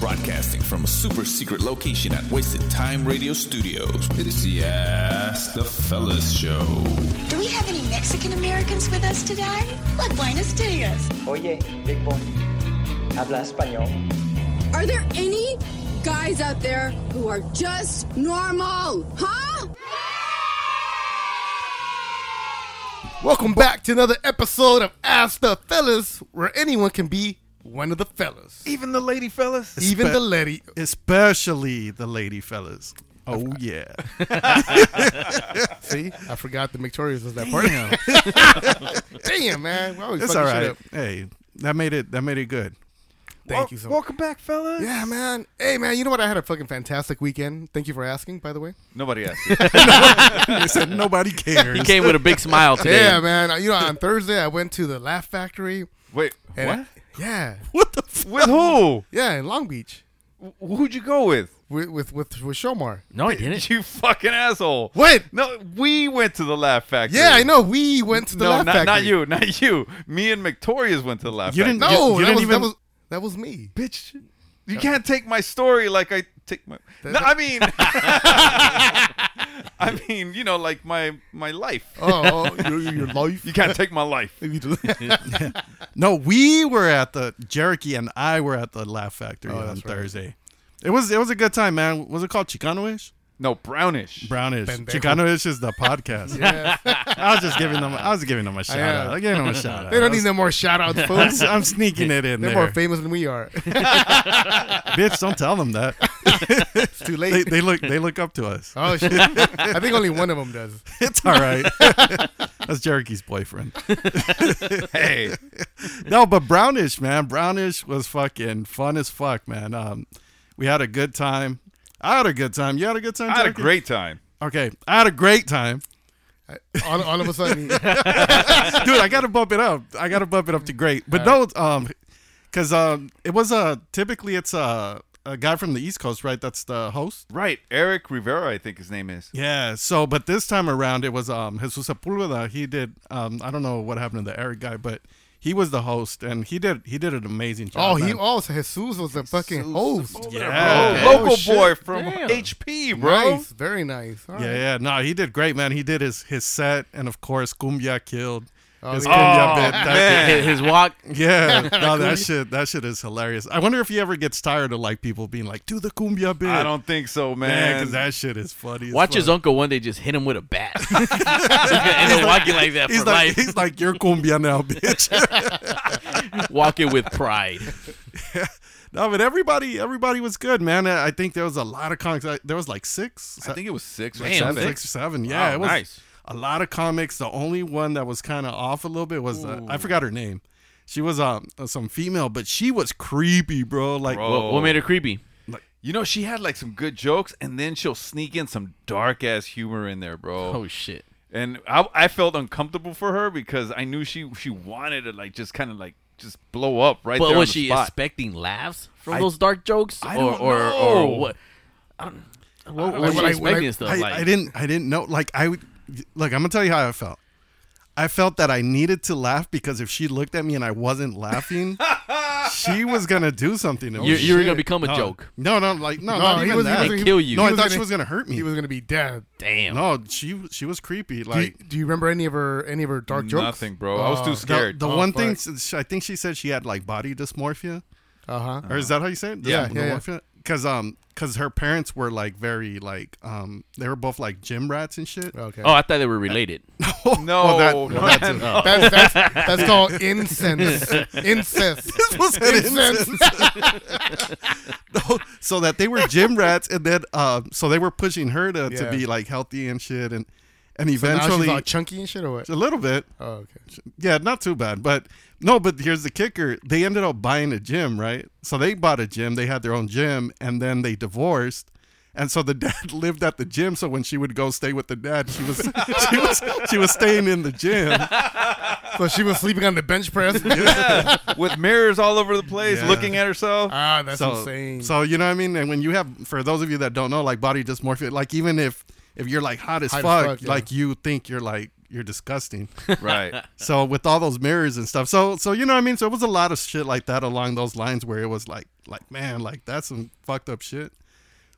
broadcasting from a super secret location at Wasted Time Radio Studios. It is the Ask the Fellas Show. Do we have any Mexican Americans with us today? Like Buenos Dias. Oye, Big Boy, habla español. Are there any guys out there who are just normal? Huh? Welcome back to another episode of Ask the Fellas, where anyone can be one of the fellas. Even the lady fellas? Even the lady. Especially the lady fellas. Oh, yeah. See, I forgot the Victorious was that part. Damn, man. We're always it's fucking all shit right. up. Hey, that made it That made it good. Thank Wel- you so much. Welcome back, fellas. Yeah, man. Hey, man. You know what? I had a fucking fantastic weekend. Thank you for asking, by the way. Nobody asked. You. They said nobody cares. He came with a big smile today. Yeah, man. You know, on Thursday I went to the Laugh Factory. Wait, and what? yeah, What the f- With who? yeah, in Long Beach Who'd you go with? with with with, with Shomar. No, he didn't. You fucking asshole. What? No, we went to the Laugh Factory. Yeah, I know. We went to the no, Laugh not, Factory. not you, not you. Me and Victoria's went to the Laugh You Factory. didn't- No, You- you that, didn't was, that even- was that was me. bitch. You can't take my story like I take my. No, I mean, I mean, you know, like my my life. Oh, oh, your, your life. You can't take my life. No, we were at the Jericho and I were at the Laugh Factory Oh, on that's right. Thursday. It was it was a good time, man. Was it called Chicanoish? No, brownish. Brownish. Pendejo. Chicanoish is the podcast. Yeah. I was just giving them. I was giving them a shout Yeah. out. I gave them a shout out. They I don't was- need no more shout outs, I'm, folks. I'm sneaking it in They're there. more famous than we are. Bitch, don't tell them that. It's too They, late. they look. They look up to us. oh shit! I think only one of them does. It's all right. That's Jericho's boyfriend. Hey, no, but Brownish, man. Brownish was fucking fun as fuck, man. Um, we had a good time. I had a good time. You had a good time. I had a Jericho? great time. Okay, I had a great time, All, all of a sudden, dude. I gotta bump it up. I gotta bump it up to great. But no, um, because um, it was uh, typically it's uh, a guy from the East Coast, right? That's the host. Right, Eric Rivera, I think his name is. Yeah. So, but this time around, it was um Jesus Sepulveda. He did um I don't know what happened to the Eric guy, but he was the host and he did he did an amazing job. oh, he man. also Jesus was the fucking host. Yeah. Oh, local shit. boy from Damn. HP, bro. Nice, very nice. All right. Yeah, yeah. No, he did great, man. He did his his set, and of course, Cumbia killed his yeah. Cumbia Oh, bit. That man. His, his walk. bit- Yeah, no, that shit, that shit is hilarious. I wonder if he ever gets tired of like people being like, "Do the Cumbia bit." I don't think so, man, man. because that shit is funny. as Watch fuck. his uncle one day just hit him with a bat. He's gonna end up walking like that He's for like, life. he's like, "You're Cumbia now, bitch." Walking with pride. no, but everybody, everybody was good, man. I I think there was a lot of comics. I- There was like six. I think it was six or Damn, seven. six or seven. Yeah, Wow, it was nice. a lot of comics. The only one that was kind of off a little bit was uh, I forgot her name. She was um some female, but she was creepy, bro. Like Bro. What, what made her creepy? You know, she had like some good jokes, and then she'll sneak in some dark ass humor in there, bro. Oh shit. and I, I felt uncomfortable for her because I knew she she wanted to like just kind of like just blow up right But there. was on the she spot. expecting laughs from I- those dark jokes, I or don't or know. or what? I don't. What don't was know. she When I- when expecting I- and stuff? I, like, I didn't I didn't know. Like I would look. I'm gonna tell you how I felt. I felt that I needed to laugh because if she looked at me and I wasn't laughing, she was gonna do something to me. you, you were gonna shit. become a no, joke. No, no, like no, No, not he even was, that. he was, They kill you. no, I he was thought gonna- she was gonna hurt me. He was gonna be dead. Damn. no, she she was creepy. Do you, Like do you remember any of her any of her dark jokes? Nothing, bro. I was too the, scared. the Oh, one thing s- I think she said she had like body dysmorphia. Uh huh. or is that how you say it? Yeah, yeah, yeah. Because um, because her parents were like very like um, they were both like gym rats and shit. Okay. Oh, I thought they were related. no, Oh, that- no, well, that's it. That's, that's, that's called incense. Incest. This was an Incense. No, so that they were gym rats, and then um, so they were pushing her to, Yeah. to be like healthy and shit, and and Now she's eventually all chunky and shit or what? a little bit, Oh, okay. yeah, not too bad, but no, but here's the kicker: they ended up buying a gym, right? So they bought a gym, they had their own gym, and then they divorced. And so the dad lived at the gym. So when she would go stay with the dad, she was she was she was staying in the gym. So she was sleeping on the bench press. with mirrors all over the place, Yeah. looking at herself. ah, that's so, insane. So you know what I mean? And when you have for those of you that don't know, like body dysmorphia, like even if if you're like hot as Hot as fuck, fuck, yeah. like you think you're like you're disgusting. right. so with all those mirrors and stuff. So so you know what I mean? So it was a lot of shit like that along those lines where it was like like man, like that's some fucked up shit.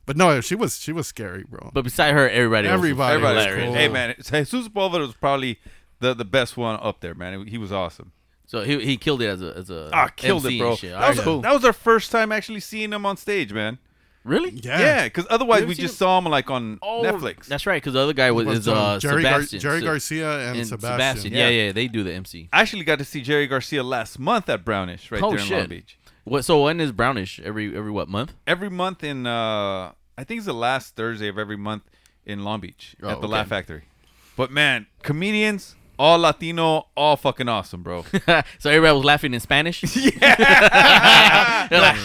But no, she was she was scary, bro. But beside her, everybody, Everybody everybody, was Everybody's Hilarious. cool. Hey man, Jesus Bolivar was probably the, the best one up there, man. He was awesome. So he, he killed it as a as a Ah, killed MC it, and bro. shit. That, All was right, cool. that was our first time actually seeing him on stage, man. really? Yeah, because otherwise We've we seen just him- saw him like on Oh, Netflix. That's right, because the other guy was, Was, is um, uh, Jerry, Gar- Sebastian. Jerry So- Garcia and, Sebastian. Yeah. Yeah. yeah, they do the MC. I actually got to see Jerry Garcia last month at Brownish right oh there in shit! Long Beach. What? So when is Brownish? Every every what month? Every month in uh I think it's the last Thursday of every month in Long Beach Oh, at the okay. Laugh Factory. But man, comedians, all Latino, all fucking awesome, bro. so everybody was laughing in Spanish. They're like,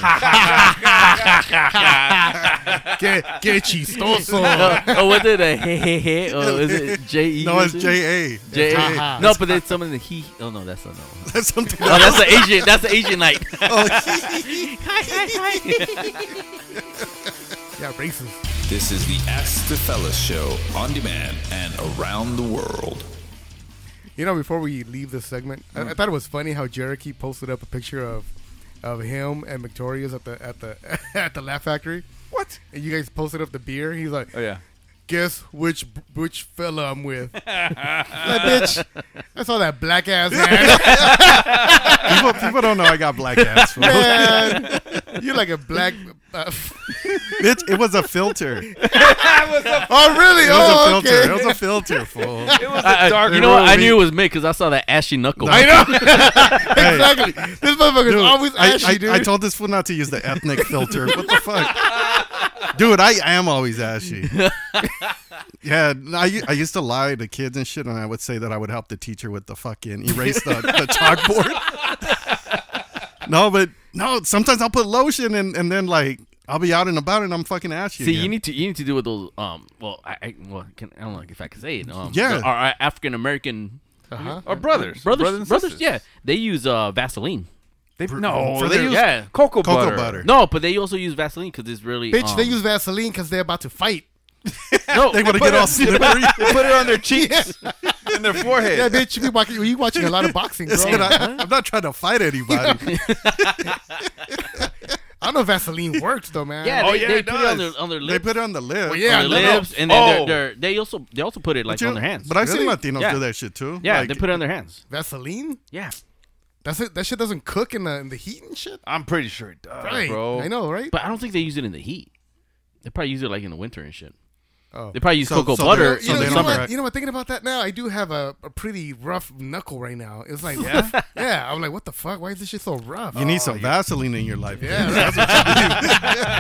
Get, get chistoso. oh, was it a hey hey hey? Oh, is it J E? No, it's or something? J A. J It's A. No, but it's something that he. Oh no, that's not. No. That's something. Oh, that's the Asian. That's the Asian night. Oh, yeah, racist. This is the Ask the Fellas show on demand and around the world. You know, before we leave this segment, I, I thought it was funny how Jericho posted up a picture of of him and Victoria's at the at the at the Laugh Factory. What? And you guys posted up the beer. He's like, Oh yeah. guess which which fella I'm with. like, bitch, I saw that black ass man. people, people don't know I got black ass. fool. man. You're like a black. Uh, It, it was a filter. It was oh really? a Oh filter. okay. It was a filter, fool. It was I- I- a dark you know what? I room. knew it was Mick because I saw that ashy knuckle. I know Hey, exactly. This motherfucker's dude, always I, ashy, I- dude. I told this fool not to use the ethnic filter. What the fuck? Dude, I am always ashy. Yeah, I, u- I used to lie to kids and shit, and I would say that I would help the teacher with the fucking erase the, the chalkboard. no, but no, sometimes I'll put lotion and, and then like I'll be out and about and I'm fucking ashy. See, again. you need to you need to do with those. Um, well, I, I well, can, I don't know if I can say it. Um, Yeah. the- our, our African American Our brothers, brothers, brothers, and brothers, sisters. yeah, they use uh Vaseline. They, no, for they their- use yeah. cocoa, Cocoa butter. butter. No, but they also use Vaseline because it's really Bitch, um, they use Vaseline because they're about to fight. no. they want to but- get all slippery. They put it on their cheeks and their forehead. Yeah, bitch, you be watching, you watching a lot of boxing, bro. It's I, not- I'm not trying to fight anybody. don't know if Vaseline works though, man. Yeah, they, Oh, yeah, they it put it on does. their on their they lips, put it on the lip. Well, yeah, no, on their no. lips, and then Oh. they're, they're, they also they also put it like You on know, their hands. But I've seen Really? Latinos Yeah. do that shit too. yeah, Like, they put it on their hands. Vaseline? Yeah, That's it. That shit doesn't cook in the in the heat and shit. I'm pretty sure it does, Right, bro. I know, right? but I don't think they use it in the heat. They probably use it like in the winter and shit. Oh. They probably use So- cocoa so butter you, they're- know, in the you, they're know summer. not- what, you know what? Thinking about that now, I do have a, a pretty rough knuckle right now. It's like, yeah, I'm like, what the fuck? Why is this shit so rough? Oh, You need some Vaseline in your life. Yeah, dude. that's-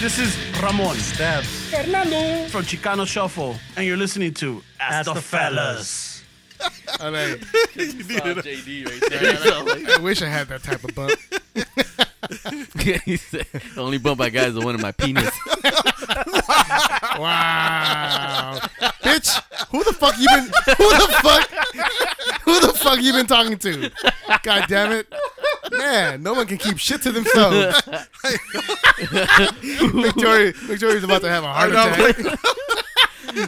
This is Ramon Stabs Fernando from Chicano Shuffle, and you're listening to Ask, the, Fellas. I'm like, JD I wish I had that type of bump. the only bump I got is the one in my penis. Wow, bitch, who the fuck you been? Who the fuck? Who the fuck you been talking to? God damn it, man! No one can keep shit to themselves. Victoria, Victoria's about to have a heart attack.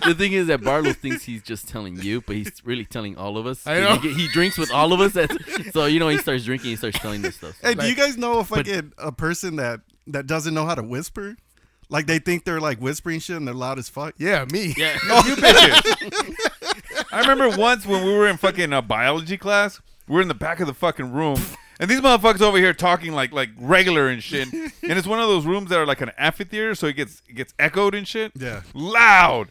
the thing is that Barlow thinks he's just telling you, but he's really telling all of us. I know. He, he drinks with all of us, that's- so you know he starts drinking, he starts telling this stuff. Hey, do you guys know a fucking a person that that doesn't know how to whisper? Like they think they're like whispering shit and they're loud as fuck. Yeah, me. yeah, You bitches. I remember once when we were in fucking uh, biology class, we are in the back of the fucking room, and these motherfuckers over here talking like like regular and shit. And it's one of those rooms that are like an amphitheater, so it gets it gets echoed and shit. Yeah. loud.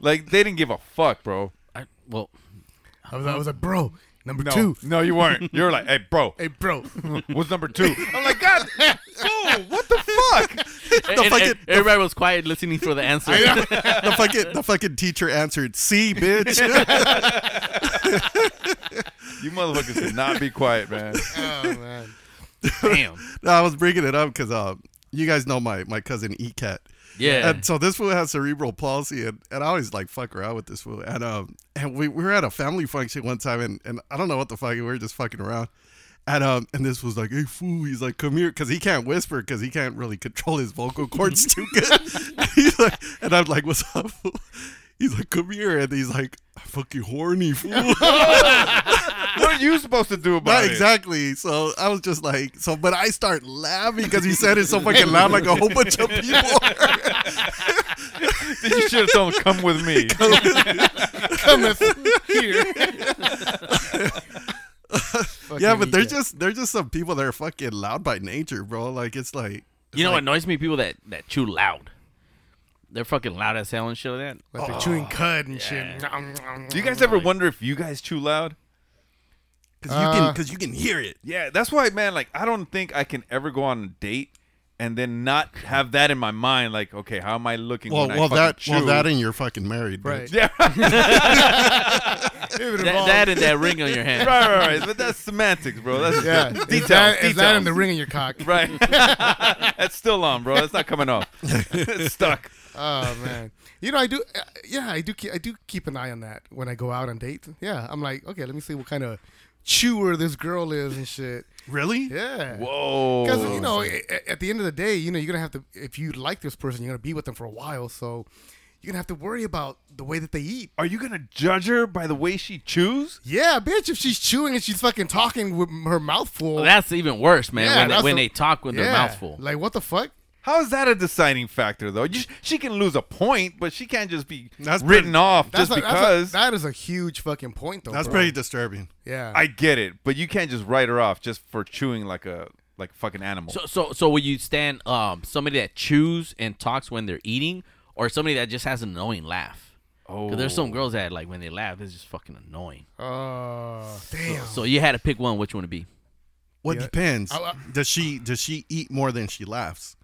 Like they didn't give a fuck, bro. I, well, I was, I was like, bro, number No, Oh, two. no, you weren't. You were like, hey, bro, Hey, bro. what's number two? I'm like, God, fool, what the fuck? and- and- fucking- and everybody was quiet listening for the answer. The fucking the fucking teacher answered, "See, bitch." You motherfuckers should not be quiet, man. oh man. Damn. No, I was bringing it up because uh, you guys know my my cousin Ecat. Yeah. And so this fool has cerebral palsy, and, and I always like fuck around with this fool. And um, and we, we were at a family function one time, and, and I don't know what the fuck we were just fucking around, And um, and this was like, hey, fool. He's like, come here, because he can't whisper, because he can't really control his vocal cords too good. and, he's like, and I'm like, what's up? Fool? He's like, come here, and he's like, I'm fucking horny, fool. What are you supposed to do about Not it? exactly. So I was just like, so, but I start laughing because he said it so fucking loud, like a whole bunch of people. You should have told him, come with me. yeah, but they're just they're just some people that are fucking loud by nature, bro. Like it's like You know what annoys me? People that that chew loud. They're fucking loud as hell and shit like that. like they're chewing cud and shit. Do you guys ever wonder if you guys chew loud? because you can because you can hear it. Yeah, that's why, man. Like, I don't think I can ever go on a date and then not have that in my mind. Like, okay, how am I looking? Well, when well I fucking that chew? well that and you're fucking married, bro. Right. yeah, right, That, That, that and that ring on your hand. right, right. But that's semantics, bro. That's yeah. details. Is that, is that details. in the ring in your cock? Right. that's still on, bro. That's not coming off. it's stuck. Oh man, you know I do. Uh, yeah, I do. Keep, I do keep an eye on that when I go out on dates. Yeah, I'm like, okay, let me see what kind of chewer this girl is and shit. Really? Yeah. Whoa. Because you know, a- a- at the end of the day, you know, you're gonna have to. If you like this person, you're gonna be with them for a while, so you're gonna have to worry about the way that they eat. Are you gonna judge her by the way she chews? Yeah, bitch. If she's chewing and she's fucking talking with her mouth full, Well, that's even worse, man. Yeah, when they, that's when a- they talk with yeah, their mouth full. Like what the fuck? How is that a deciding factor, though? You, she can lose a point, but she can't just be That's written pretty- off just a, because. a, that is a huge fucking point, though. That's bro. pretty disturbing. Yeah. I get it, but you can't just write her off just for chewing like a like a fucking animal. So, so, so will you stand um somebody that chews and talks when they're eating, or somebody that just has an annoying laugh? Oh, there's some girls that like when they laugh, it's just fucking annoying. Oh damn. So you had to pick one. Which one to be? What Yeah. depends? I- I- does she does she eat more than she laughs?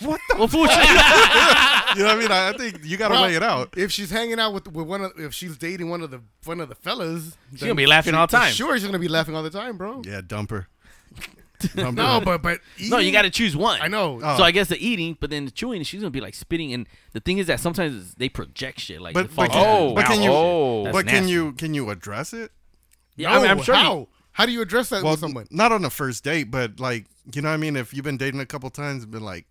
Well, fool, shut- You know what I mean? I, I think you gotta Well, weigh it out. Oh. If she's hanging out with, with one of, if she's dating one of the one of the fellas, she's gonna be laughing all the time. Sure, she's gonna be laughing all the time, bro. Yeah, dumper. dumper. No, but but no, you eating- got to choose one. I know. So I guess the eating, but then the chewing, she's gonna be like spitting. And the thing is that sometimes they project shit. Like, But- it falls but out. can- but can you- Oh. That's but can nasty. you can you address it? Yeah, I mean, I'm No, sure. you- How? How do you address that Well, with someone? not on the first date, but like you know what I mean. If you've been dating a couple times, been like,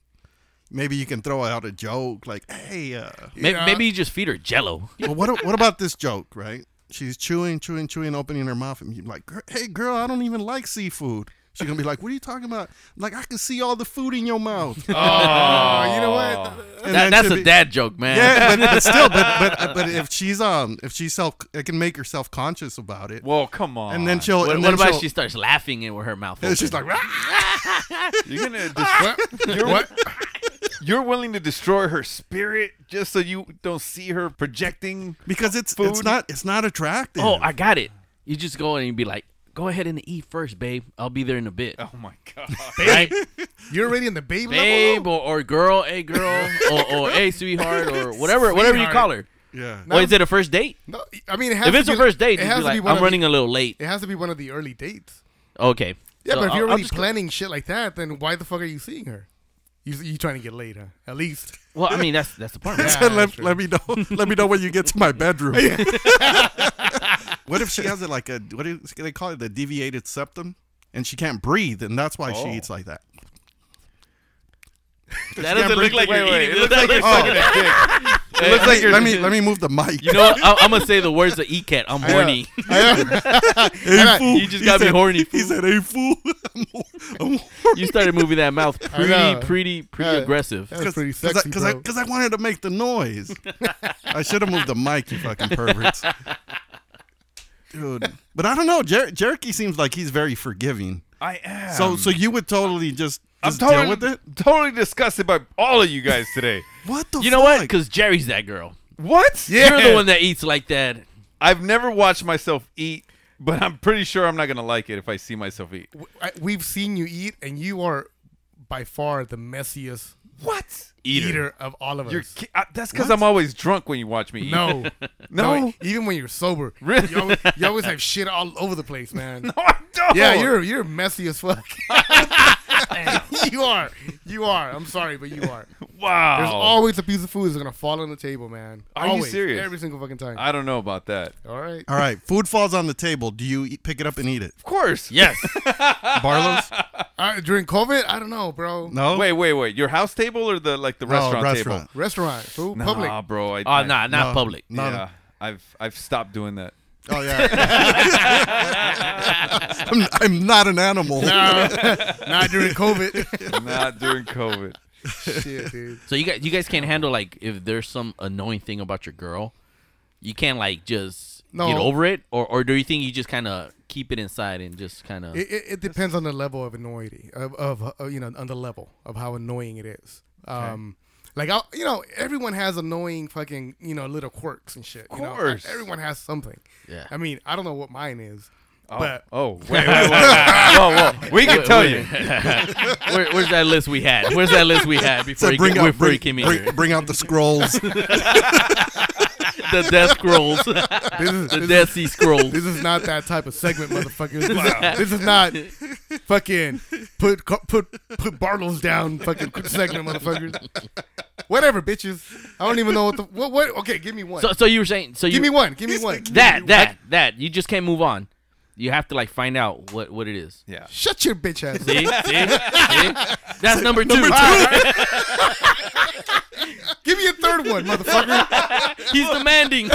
maybe you can throw out a joke like, "Hey, uh, may- Yeah. Maybe you just feed her Jello. well, what what about this joke?" Right? She's chewing, chewing, chewing, opening her mouth, and you're like, "Gir- "Hey, girl, I don't even like seafood." She's gonna be like, "What are you talking about?" Like, I can see all the food in your mouth. And Oh, you know what? then That, that's she'll a be- dad joke, man. Yeah, but, but still, but, but but if she's um if she's self, it can make her self conscious about it, Well, come on. and then she'll. What, and what then about she'll- she starts laughing and with her mouth? And open? she's like, "Ah." you're gonna destroy, you're, you're willing to destroy her spirit just so you don't see her projecting. because it's it's Food. not it's not attractive. Oh, I got it. You just go and you be like, go ahead and eat first, babe. I'll be there in a bit. Oh my god. Right? You're already in the babe, babe level. or, or girl, hey girl, or, or hey sweetheart, or whatever whatever you call her. yeah. Or is it a first date? though? No, I mean, it has If to it's be a first date, it you'd has be to be like, one I'm of running The, a little late. it has to be one of the early dates. Okay. Yeah, So but if I'll- you're I'll already just go- planning shit like that, then why the fuck are you seeing her? You you trying to get laid, huh? At least. well, I mean that's that's the part. Yeah. Right? Said, let, that's let me know. Let me know when you get to my bedroom. what if she has it like a what do they call it? The deviated septum, and she can't breathe, and that's why she eats like that. That doesn't look like you're Wait, wait, eating. it looks like you're sucking a dick. It looks like you're. let me let me move the mic. You know, I, I'm gonna say the words of ECAT. I'm horny. hey, fool. You just gotta be said- horny, He fool. said, "Hey fool, I'm, I'm horny." you started moving that mouth know. pretty, pretty, pretty Yeah. aggressive. That's pretty I- sexy, I bro. because I, wanted to make the noise. I should have moved the mic, you fucking perverts, dude. But I don't know. Jer- Jericho seems like he's very forgiving. I am. So so you would Um, totally just, I'm just totally, deal with it. totally disgusted by all of you guys today. What the? You know what? fuck? Because Jerry's that girl. what? You're the one that eats like that. I've never watched myself eat, but I'm pretty sure I'm not gonna like it if I see myself eat. I- we've seen you eat, and you are by far the messiest What? eater, of all of us. You're ki- I, that's because I'm always drunk when you watch me eat. no, e-, No. Even when you're sober, Really? you always, you always have shit all over the place, man. No, I don't. Yeah, you're you're messy as fuck. you are, you are. I'm sorry, but you are. Wow. There's always a piece of food that's gonna fall on the table, man. Oh. Are you always, serious? Every single fucking time. I don't know about that. All right. All right, food falls on the table. Do you eat, pick it up and eat it? Of course. Yes. Barlow's? All right, During COVID, I don't know, bro. No. Wait, wait, wait. Your house table or the like the restaurant, restaurant. table? Restaurant, food, Nah, public. bro. I, Oh, I- no, nah, not No. public. No, no. yeah, I've I've stopped doing that. Uh, Oh yeah. I'm, I'm not an animal. Not during COVID. Not during COVID. Shit, dude. So you guys, you guys can't handle like if there's some annoying thing about your girl, you can't like just No. get over it, or or do you think you just kind of keep it inside and just kind of It, it, it depends on the level of annoyity of, of uh, you know on the level of how annoying it is. Um, like I, you know, everyone has annoying fucking you know little quirks and shit. Of course. everyone has something. Yeah. I mean, I don't know what mine is, but Oh, wait, wait, wait. whoa, whoa. We can tell you. Where, where's that list we had? Where's that list we had before, So he, bring ca- out before he bring, came in bring, here? bring out the scrolls. The Death Scrolls, the this is, this, Death Sea Scrolls. this is not that type of segment, motherfuckers. This is not fucking put co- put put Bartles down fucking segment, motherfuckers. Whatever, bitches. I don't even know what the what. what okay, give me one. So so you were saying so you give me one. Give me one. that that that you just can't move on. You have to like find out what what it is. Yeah. Shut your bitch ass. up. See, see, see? That's number two. Give me a third one, motherfucker. He's demanding.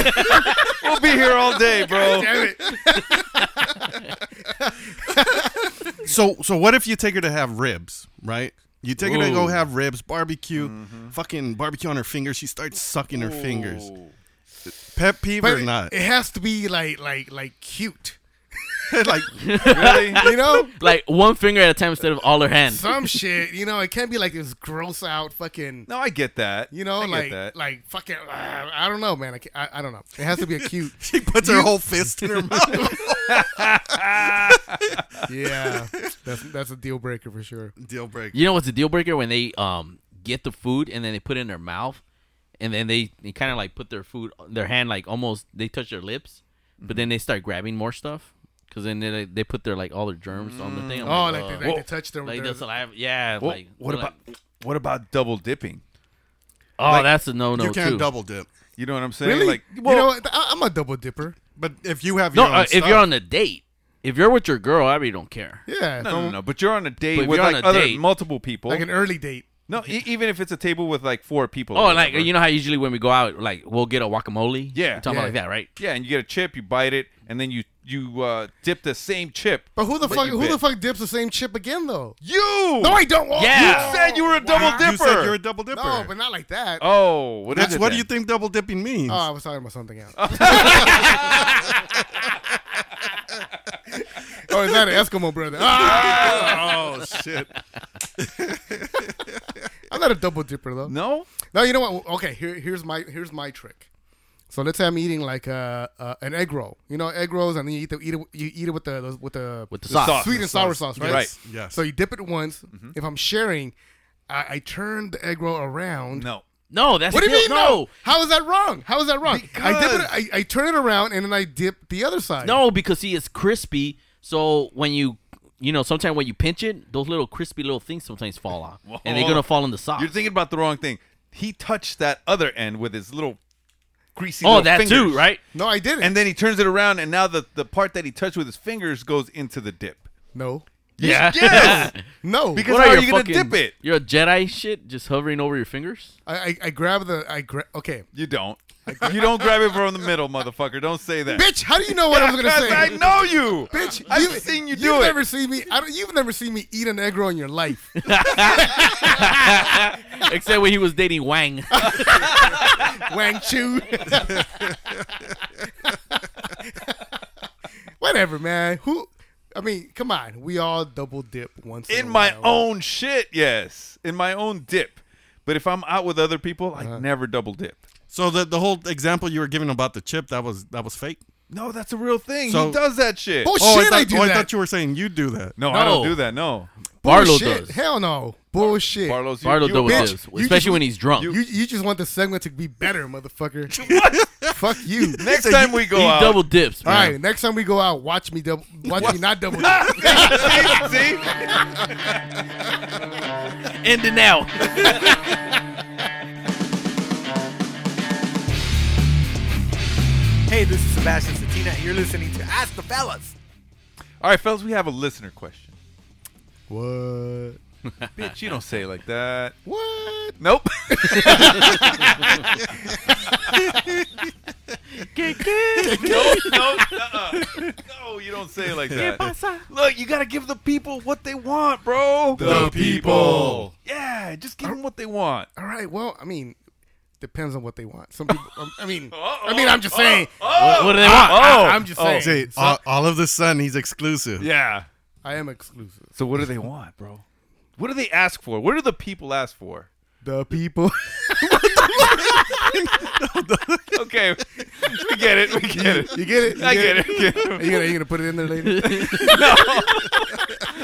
We'll be here all day, bro. Damn it. so so what if you take her to have ribs, right? You take her to go have ribs, barbecue, fucking barbecue on her fingers. She starts sucking her fingers. Pet peeve But or it- not? It has to be like like like cute. like Really? You know? like one finger at a time instead of all her hands. Some shit. You know, it can't be like this gross out fucking No, I get that. you know, I like get that. like fucking uh, I don't know, man. I, can't- I I don't know. It has to be a cute. she puts her whole fist in her mouth. yeah. That's that's a deal breaker for sure. Deal breaker. You know what's the deal breaker when they um get the food and then they put it in their mouth, and then they, they kind of like put their food their hand like almost they touch their lips, but then they start grabbing more stuff because then they, they put their like all their germs on the thing. I'm Oh, like, they, "Ugh." like they touch their, like their- the saliva. Yeah, Well, like what they're about like, what about double dipping? oh that's a no no you can't too. double dip. You know what I'm saying? really? Like, you know, what? I, I'm a double dipper. But if you have no, your own uh, if stuff- you're on a date, if you're with your girl, I really don't care. Yeah, no, so- no, no, no. But you're on a date But if with you're on like a other date- multiple people. like an early date. no, e- even if it's a table with like four people. or Oh, like whatever. you know how usually when we go out, like we'll get a guacamole. Yeah, You're talking yeah. about like that, right? Yeah, and you get a chip, you bite it, and then you you uh, dip the same chip. But who the But fuck you who bit. the fuck dips the same chip again though? You. No, I don't. Oh, Yeah. You said you were a double dipper. you said you're a double dipper. No, but not like that. oh, what is That's it what then? do you think double dipping means? Oh, I was talking about something else. or Oh, is that an Eskimo brother? Ah! oh shit. I'm not a double dipper though. No, No. you know what? Okay, here, here's my here's my trick. So let's say I'm eating like uh, uh, an egg roll. You know egg rolls, and then you eat the eat it, you eat it with the with the With the sauce. sweet and sour sauce, right? Right. Yes. So you dip it once. If I'm sharing, I, I turn the egg roll around. No. No, that's What do you guilt. mean? No. How is that wrong? How is that wrong? I dip Because- it. I, I turn it around and then I dip the other side. No, because see, it's crispy. So when you, you know, sometimes when you pinch it, those little crispy little things sometimes fall off, and they're gonna fall in the sauce. You're thinking about the wrong thing. He touched that other end with his little greasy. oh, little that fingers. too, right? no, I didn't. And then he turns it around, and now the, the part that he touched with his fingers goes into the dip. no, Yeah. Yes. no. Because how are you, gonna fucking- dip it? You're a Jedi shit, just hovering over your fingers. I, I, I grab the I grab. Okay, You don't. You don't grab it from the middle, motherfucker. Don't say that. bitch. How do you know what I was gonna Because say? I know you. Bitch, I've you, seen you have do it. never seen me. I don't, you've never seen me eat an egg roll in your life. Except when he was dating Wang. Wang Chu. Whatever, man. Who? I mean, come on. We all double dip once in, In a my while. own shit, yes. In my own dip. But if I'm out with other people, I Uh-huh. never double dip. So the the whole example you were giving about the chip that was that was fake. No, that's a real thing. So- he does that shit. Bullshit. oh, I I thought, do oh, I that. thought you were saying you do that. No, I don't No. do that. No, Barlow Bullshit. does. Hell no. Bullshit. Barlow's you, Barlow you does a what bitch. this, you especially just- when he's drunk. You you just want the segment to be better, motherfucker. Fuck you. Next time we go he out, double dips. All man. right, next time we go out, watch me double, watch me not double. dip. see? End it now. Hey, this is Sebastian Satina, and you're listening to Ask the Fellas. All right, fellas, we have a listener question. What? Bitch, you don't say it like that. What? Nope. no, no, uh-uh. no, you don't say it like that. Look, you gotta give the people what they want, bro. The people. yeah, just give them what they want. All right. Well, I mean, depends on what they want. Some people. um, I mean, I mean, I'm just saying. What, what do they want? I, am just saying. See, all, all of the sudden he's exclusive. Yeah. I am exclusive. So what do they want, bro? What do they ask for? What do the people ask for? The people. Okay, we get it. We get it. You get it. You I get it. I get Are it. you gonna, you gonna put it in there later?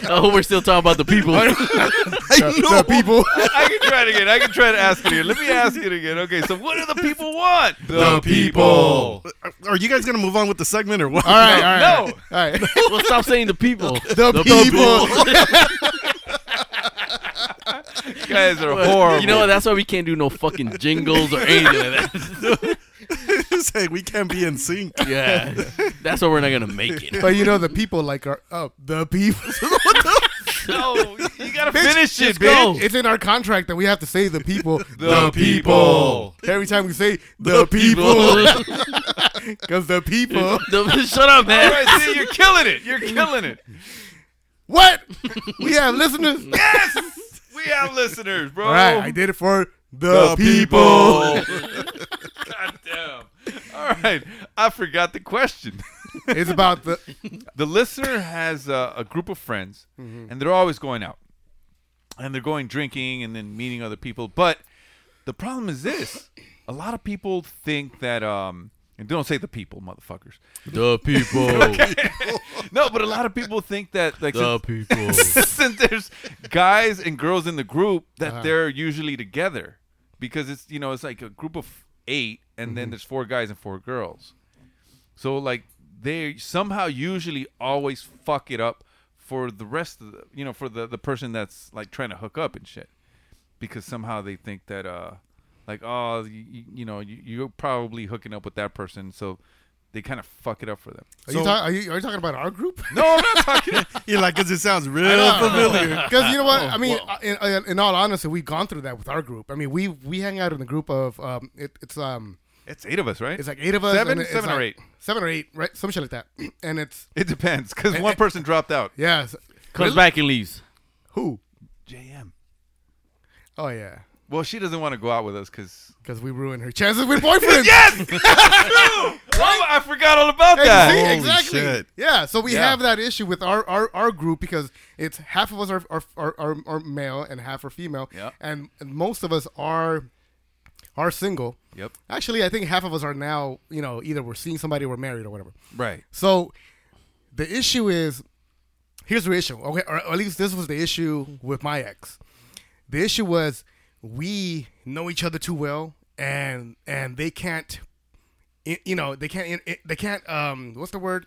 Oh, we're still talking about the people. The people. I can try it again. I can try to ask it again. Let me ask it again. Okay, so what do the people want? The people. Are you guys gonna move on with the segment or what? All right. All right. No. All right. well, stop saying the people. The, people. You guys are But horrible. You know what? That's why we can't do no fucking jingles or anything like that. Say we can't be in sync. yeah, that's why we're not gonna make it. But you know the people like our oh the people. What the- No, you gotta finish it, just go. bitch. it's in our contract that we have to say the people. The people. Every time we say the people, because the people. The- shut All up, man. right, see, you're killing it. You're killing it. What? We have listeners. Yes, we have listeners, bro. All right. I did it for the, The people. people. God damn. All right, I forgot the question. It's about the the listener has a, a group of friends, and they're always going out, and they're going drinking and then meeting other people. But the problem is this: a lot of people think that um, and don't say the people, motherfuckers. The people. No, but a lot of people think that like The since- people. since there's guys and girls in the group that they're usually together because it's you know it's like a group of eight and then there's four guys and four girls so like they somehow usually always fuck it up for the rest of the you know for the the person that's like trying to hook up and shit because somehow they think that uh like oh you, you- you know you, you're probably hooking up with that person so they kind of fuck it up for them Are, you, talk, are, you, are you talking about our group? no i'm not talking You're like, cause it sounds real familiar. Because you know what? I mean, in, in all honesty, we've gone through that with our group. I mean, we we hang out in a group of um, it, it's um, it's eight of us right it's like eight of us, seven and it's seven or like- eight seven or eight, right? Some shit like that. And it's It depends, because one person dropped out. yeah, it's- Comes back and leaves. who? JM. Oh yeah, Well, she doesn't want to go out with us because. because we ruined her chances with boyfriends. Yes! True! Oh, I forgot all about Hey, that. see? Holy exactly. shit. Yeah, so we Yeah. have that issue with our, our, our group because it's half of us are are, are, are, are male and half are female, Yeah. and, and most of us are are single. Yep. Actually, I think half of us are now. You know, either we're seeing somebody, we're married, or whatever. Right. So the issue is here's the issue. Okay, or at least this was the issue with my ex. The issue was we know each other too well, and and they can't, i- you know, they can't, i- i- they can't. Um, what's the word?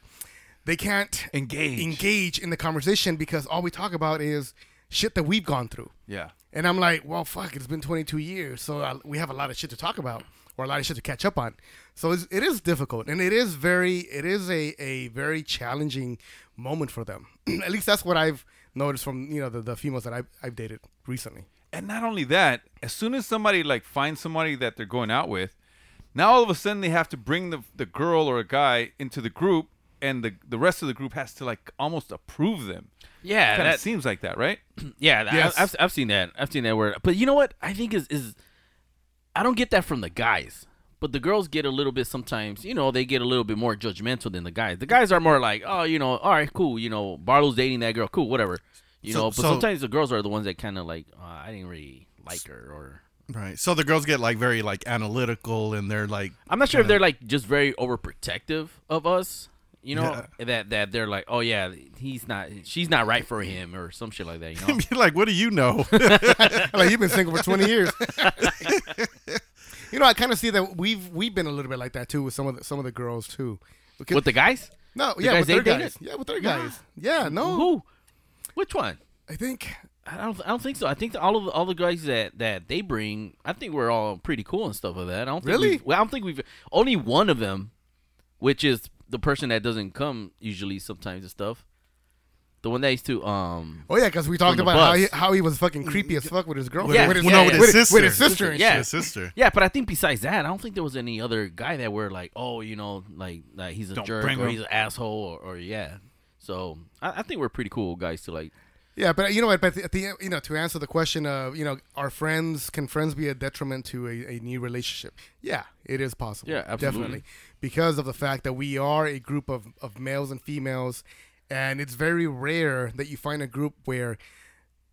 They can't Engage. engage in the conversation because all we talk about is shit that we've gone through. Yeah. And I'm like, well, fuck, it's been 22 years, so uh we have a lot of shit to talk about or a lot of shit to catch up on. So it's, it is difficult, and it is very, it is a, a very challenging moment for them. At least that's what I've noticed from you know the, the females that I've, I've dated recently. And not only that, as soon as somebody like finds somebody that they're going out with, now all of a sudden they have to bring the the girl or a guy into the group, and the the rest of the group has to like almost approve them. Yeah, Kind of that, seems like that, right? yeah. that- Yes. I, have I've seen that. I've seen that word. But you know what? I think is is I don't get that from the guys, but the girls get a little bit sometimes. You know, they get a little bit more judgmental than the guys. The guys are more like, oh, you know, all right, cool. You know, Barlow's dating that girl, cool, whatever. You So- know, but so- sometimes the girls are the ones that kind of like, oh, I didn't really like her, or Right. So the girls get like very like analytical and they're like I'm not sure if they're like just very overprotective of us. You know that that they're like, oh yeah, he's not, she's not right for him, or some shit like that. You know, you're like, what do you know? I'm like you've been single for 20 years. you know, I kind of see that we've we've been a little bit like that too with some of the, some of the girls too. Because- with the guys. no, the yeah, guys with their they dated? guys. Yeah, with their guys. Yeah, no, Oh. Who? Which one? I think I don't. I don't think so. I think all of all the guys that that they bring, I think we're all pretty cool and stuff like that. I don't think Really? we've- well, I don't think we've only one of them which is the person that doesn't come usually sometimes and stuff. The one that used to um Oh yeah, because we talked the about how bus. he, how he was fucking creepy as fuck with his girlfriend. Yeah, with his, well, no, with his with, with his sister. sister and Yeah. shit. His sister. Yeah, but I think besides that, I don't think there was any other guy that were like, oh, you know, like like he's a Don't jerk bring or him. he's an asshole or, or yeah. So I, I think we're pretty cool guys to like. Yeah, but you know what? But at the end, you know, to answer the question of you know, are friends can friends be a detriment to a, a new relationship? Yeah, it is possible. Yeah, absolutely. definitely, because of the fact that we are a group of of males and females, and it's very rare that you find a group where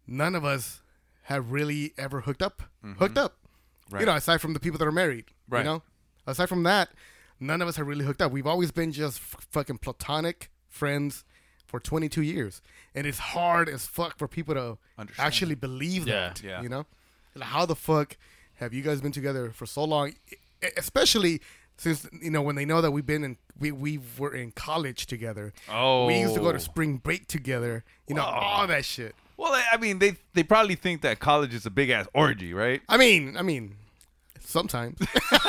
none of us have really ever hooked up, hooked up. You know, aside from the people that are married. Mm-hmm. Right. You know, aside from that, none of us have really hooked up. We've always been just f- fucking platonic friends for 22 years, and it's hard as fuck for people to Understand actually believe that. yeah. You know, Like, how the fuck have you guys been together for so long? E- Especially since you know when they know that we've been in we we were in college together. we used to go Oh. to spring break together. You know all that shit. Well, I- I mean, they they probably think that college is a big ass orgy, right? I mean, I mean, sometimes, but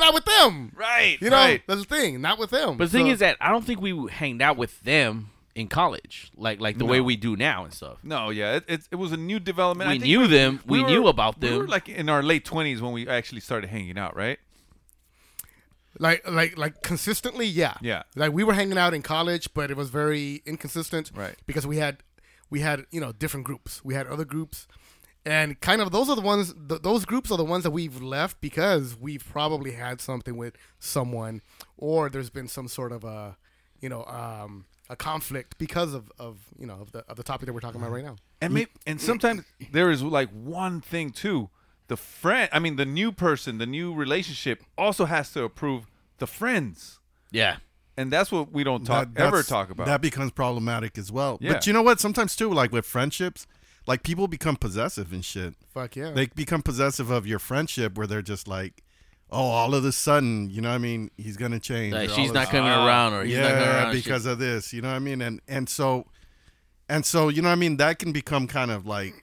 not with them. Right. You know, that's the thing. Not with them. But the thing So- is that I don't think we hanged out with them in college, like like the way we do now and stuff. No, yeah, it, it, it was a new development. We I think knew them. We knew were- about We were them. like in our late twenties when we actually started hanging out, right? like like like consistently yeah Yeah. like we were hanging out in college but it was very inconsistent Right. because we had we had you know different groups we had other groups and kind of those are the ones th- those groups are the ones that we've left because we've probably had something with someone or there's been some sort of a you know um a conflict because of of you know of the of the topic that we're talking about right now And maybe, and sometimes there is like one thing too. The friend, I mean, the new person, the new relationship also has to approve the friends, Yeah. and that's what we don't talk That- ever that's- talk about. That becomes problematic as well. Yeah. But you know what? Sometimes too, like with friendships, like people become possessive and shit. fuck yeah They become possessive of your friendship where they're just like, oh, all of a sudden, you know what I mean? He's gonna change. Like or "Oh, she's all not this- coming around or he's not coming yeah, around. Shit. because of this, you know what I mean? And and so, and so, you know what I mean? That can become kind of like.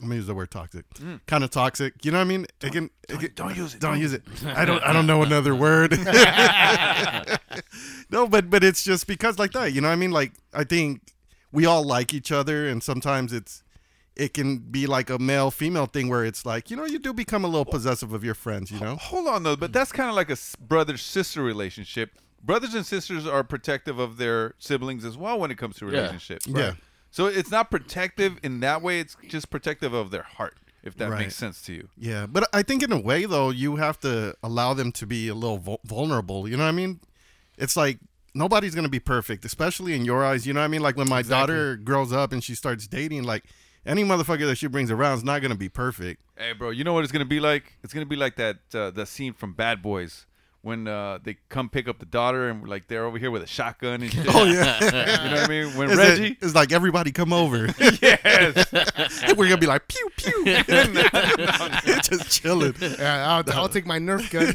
I'm gonna use the word toxic. Kind of toxic. You know what I mean? It can, it can, Mm. don't use it. Don't use it. I don't. I don't know another word. No, but but it's just because like that, you know. what I mean, like I think we all like each other, and sometimes it's it can be like a male female thing where it's like you know you do become a little possessive of your friends, you know. Hold on though, but that's kind of like a brother sister relationship. Brothers and sisters are protective of their siblings as well when it comes to relationships. Yeah. So it's not protective in that way. It's just protective of their heart, if that Right. makes sense to you. Yeah, but I think in a way though you have to allow them to be a little vul- vulnerable. You know what I mean? It's like nobody's gonna be perfect, especially in your eyes. You know what I mean? Like when my daughter grows up and she starts dating, like any motherfucker that she brings around is not gonna be perfect. Hey, bro, you know what it's gonna be like? It's gonna be like that uh, that scene from Bad Boys when uh, they come pick up the daughter and like they're over here with a shotgun and shit. oh yeah, you know what I mean? When It's, Reggie, it's like everybody come over. yes, We're gonna be like pew pew, just chilling. yeah, I'll, I'll take my nerf gun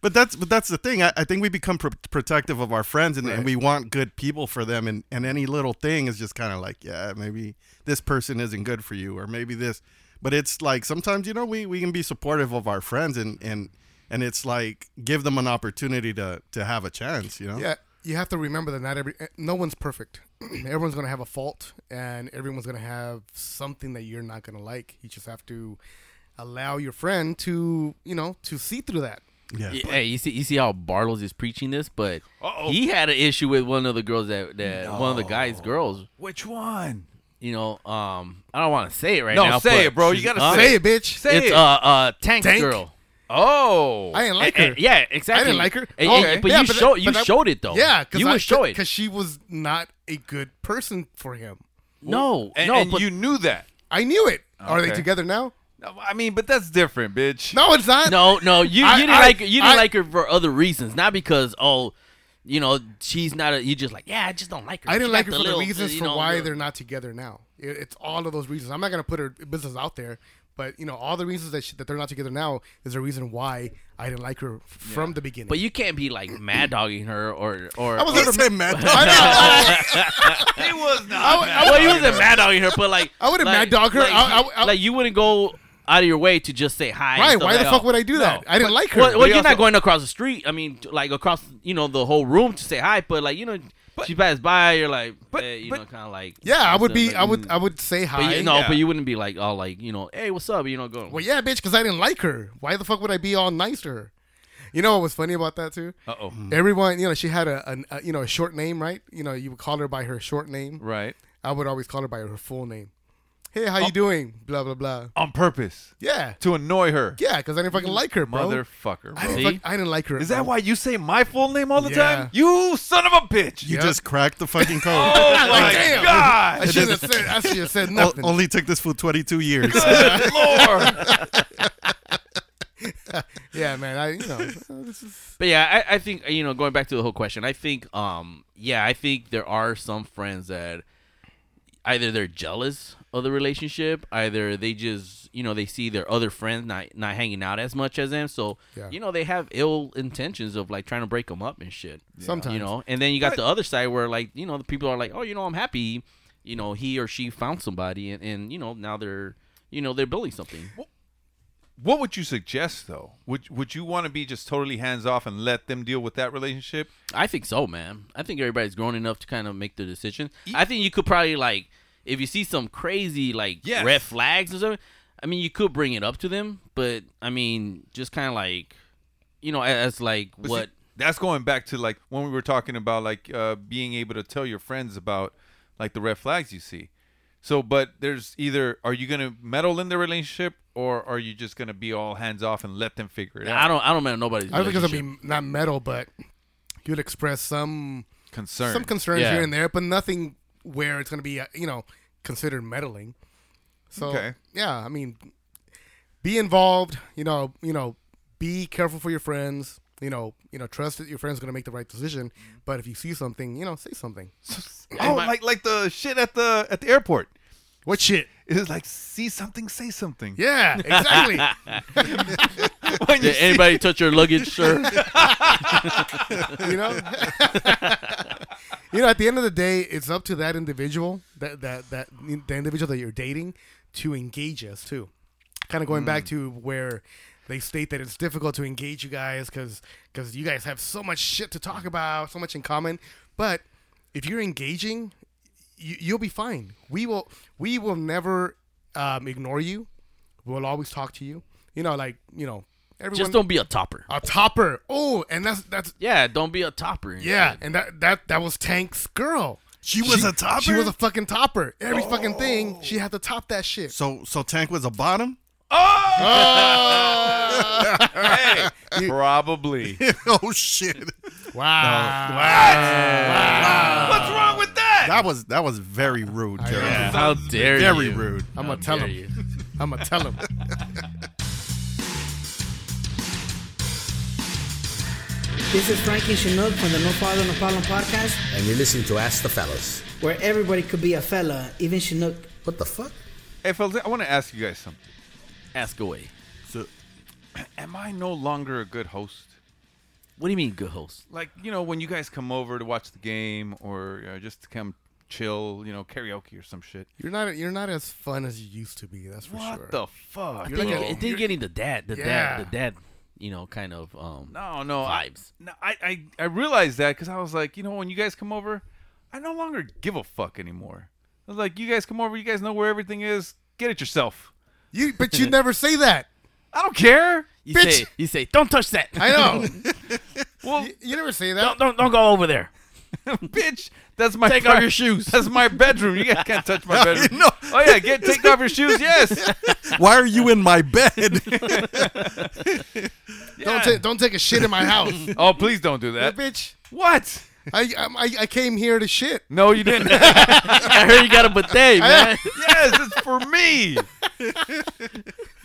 But that's but that's the thing. I, I think we become pr- protective of our friends, and, and we want good people for them. And, and any little thing is just kind of like, yeah, maybe this person isn't good for you, or maybe this. But it's like sometimes you know we, we can be supportive of our friends, and and and it's like give them an opportunity to to have a chance. You know. Yeah, you have to remember that not every eh, no one's perfect. everyone's gonna have a fault, and everyone's gonna have something that you're not gonna like. You just have to allow your friend to you know to see through that. Yeah. Yeah, Hey, you see, you see how Bartles is preaching this, but Uh-oh. he had an issue with one of the girls that, that one of the guys' girls. which one? You know, um, I don't want to say it right No, now. say but it, bro. You she's- gotta uh, Say it, bitch. Say it's it. uh uh Tank, Tank? girl. oh, I didn't like Eh, eh, her. yeah, exactly. I didn't like her. And- and- Okay. but Yeah, you but that- showed you but that- showed it though. Yeah, you would show it. because she was not a good person for him. No, and, no, and but you knew that. I knew it. Are they Okay. together now? No, I mean, but that's different, bitch. No, it's not. no, no, you, I- you didn't I- like her, you didn't I- like her for other reasons, not because oh, you know she's not a. You just like yeah, I just don't like her. I She didn't got like her for little, the reasons you for know, why the- they're not together now. It, it's all of those reasons. I'm not gonna put her business out there, but you know, all the reasons that, she, that they're not together now is the reason why I didn't like her f- from the beginning. But you can't be like mad dogging her or or. I was never Say, man, I, know, it was not. I, I, I, well, you wasn't mad dogging her, but like I wouldn't like- mad dog her. Like, I- I- I- like, you wouldn't go out of your way to just say hi. and Right, stuff why the like fuck would I do that? I didn't like her. Well, well, But you're also- not going across the street. I mean, t- like across, you know, the whole room to say hi. But like, you know, she passed by. You're like, But- eh, you but- know, kind of like. Yeah, I would be. Like, I would. I would say hi. Mm. But you, no, yeah. but you wouldn't be like all like, you know, hey, what's up? You know, going. Well, yeah, bitch, because I didn't like her. Why the fuck would I be all nice to her? You know what was funny about that too? Uh oh. Everyone, you know, she had a, an- a you know a short name, right? You know, you would call her by her short name. Right. I would always call her by her full name. Hey, how you doing? Blah blah blah. On purpose Yeah, Oh. to annoy her. yeah, because I didn't fucking like her, bro. Motherfucker. I bro. didn't, fuck, I didn't like her. Is that bro. why you say my full name all the Yeah. time? You son of a bitch. You Yep. just cracked the fucking code. Oh my Like, damn. I god. should have said. I should have said O- nothing. only took this for 22 years. Good lord. yeah, man. I you know. this is- But yeah, I, I think you know, going back to the whole question, I think, um, yeah, I think there are some friends that either they're jealous of the relationship, either they just you know they see their other friends not not hanging out as much as them, so Yeah. you know they have ill intentions of like trying to break them up and shit. Sometimes. you know, and then you got the other side where like you know the people are like, oh, you know, I'm happy, you know, he or she found somebody, and, and you know now they're you know they're building something. What would you suggest though? Would would you want to be just totally hands off and let them deal with that relationship? I think so, man. I think everybody's grown enough to kind of make their decision. I think you could probably like if you see some crazy like Yes. red flags or something. I mean, you could bring it up to them, but I mean, just kind of like you know, as like But see, what that's going back to like when we were talking about like uh, being able to tell your friends about like the red flags you see. So, but there's either are you gonna meddle in their relationship or are you just gonna be all hands off and let them figure it out? I don't I don't know nobody's. I don't think it's gonna relationship. be not metal, but you'd express some concern. some concerns Yeah. here and there, but nothing where it's going to be, uh, you know, considered meddling. So Okay. yeah, I mean, be involved. You know, you know, be careful for your friends. You know, you know, trust that your friend's going to make the right decision. But if you see something, you know, say something. oh, like like the shit at the at the airport. What shit? It is like see something, say something. Yeah, exactly. When you Did anybody touch your luggage, sir? you know, you know. At the end of the day, it's up to that individual, that that that the individual that you're dating, to engage us too. Kind of going Mm. back to where they state that it's difficult to engage you guys because because you guys have so much shit to talk about, so much in common. But if you're engaging, you, you'll be fine. We will we will never um, ignore you. We'll always talk to you. You know, like you know, everyone. just don't be a topper. a topper. Oh, and that's that's Yeah, don't be a topper. and yeah, shit. and that that that was Tank's girl. She was a topper? She was a fucking topper. Every fucking thing she had to top that shit. so so Tank was a bottom? Probably. oh shit. What's wrong with that? That was that was very rude, Jerry. How dare Very you? rude. I'm gonna tell dare him. you. I'm gonna tell him. This is Frankie Chinook from the No Father No Problem podcast, And you're listening to Ask the Fellas. where everybody could be a fella, even Chinook. What the fuck? Hey, fellas, I want to ask you guys something. Ask away. Am I no longer a good host? What do you mean, good host? Like, you know, when you guys come over to watch the game or uh, just to come chill, you know, karaoke or some shit. You're not you're not as fun as you used to be. That's for What sure. the fuck? I think, bro? I think getting the dad, the Yeah. dad, the dad, you know, kind of um no, no. I- vibes. No, I, I, I realized that because I was like, you know, when you guys come over, I no longer give a fuck anymore. I was like, you guys come over, you guys know where everything is. Get it yourself. you but you never say that. I don't care. You Bitch. say, you say, don't touch that. I know. Well, You- you never say that. don't, don't don't go over there. bitch, that's my Take off pri- your shoes. That's my bedroom. You guys can't touch my bedroom. no. Oh yeah, get take off your shoes. Yes. Why are you in my bed? Don't ta- don't take a shit in my house, Oh, please don't do that. bitch. What? I, I'm- I I came here to shit. No, you didn't. yes, I heard you got a bidet, man. it's for me.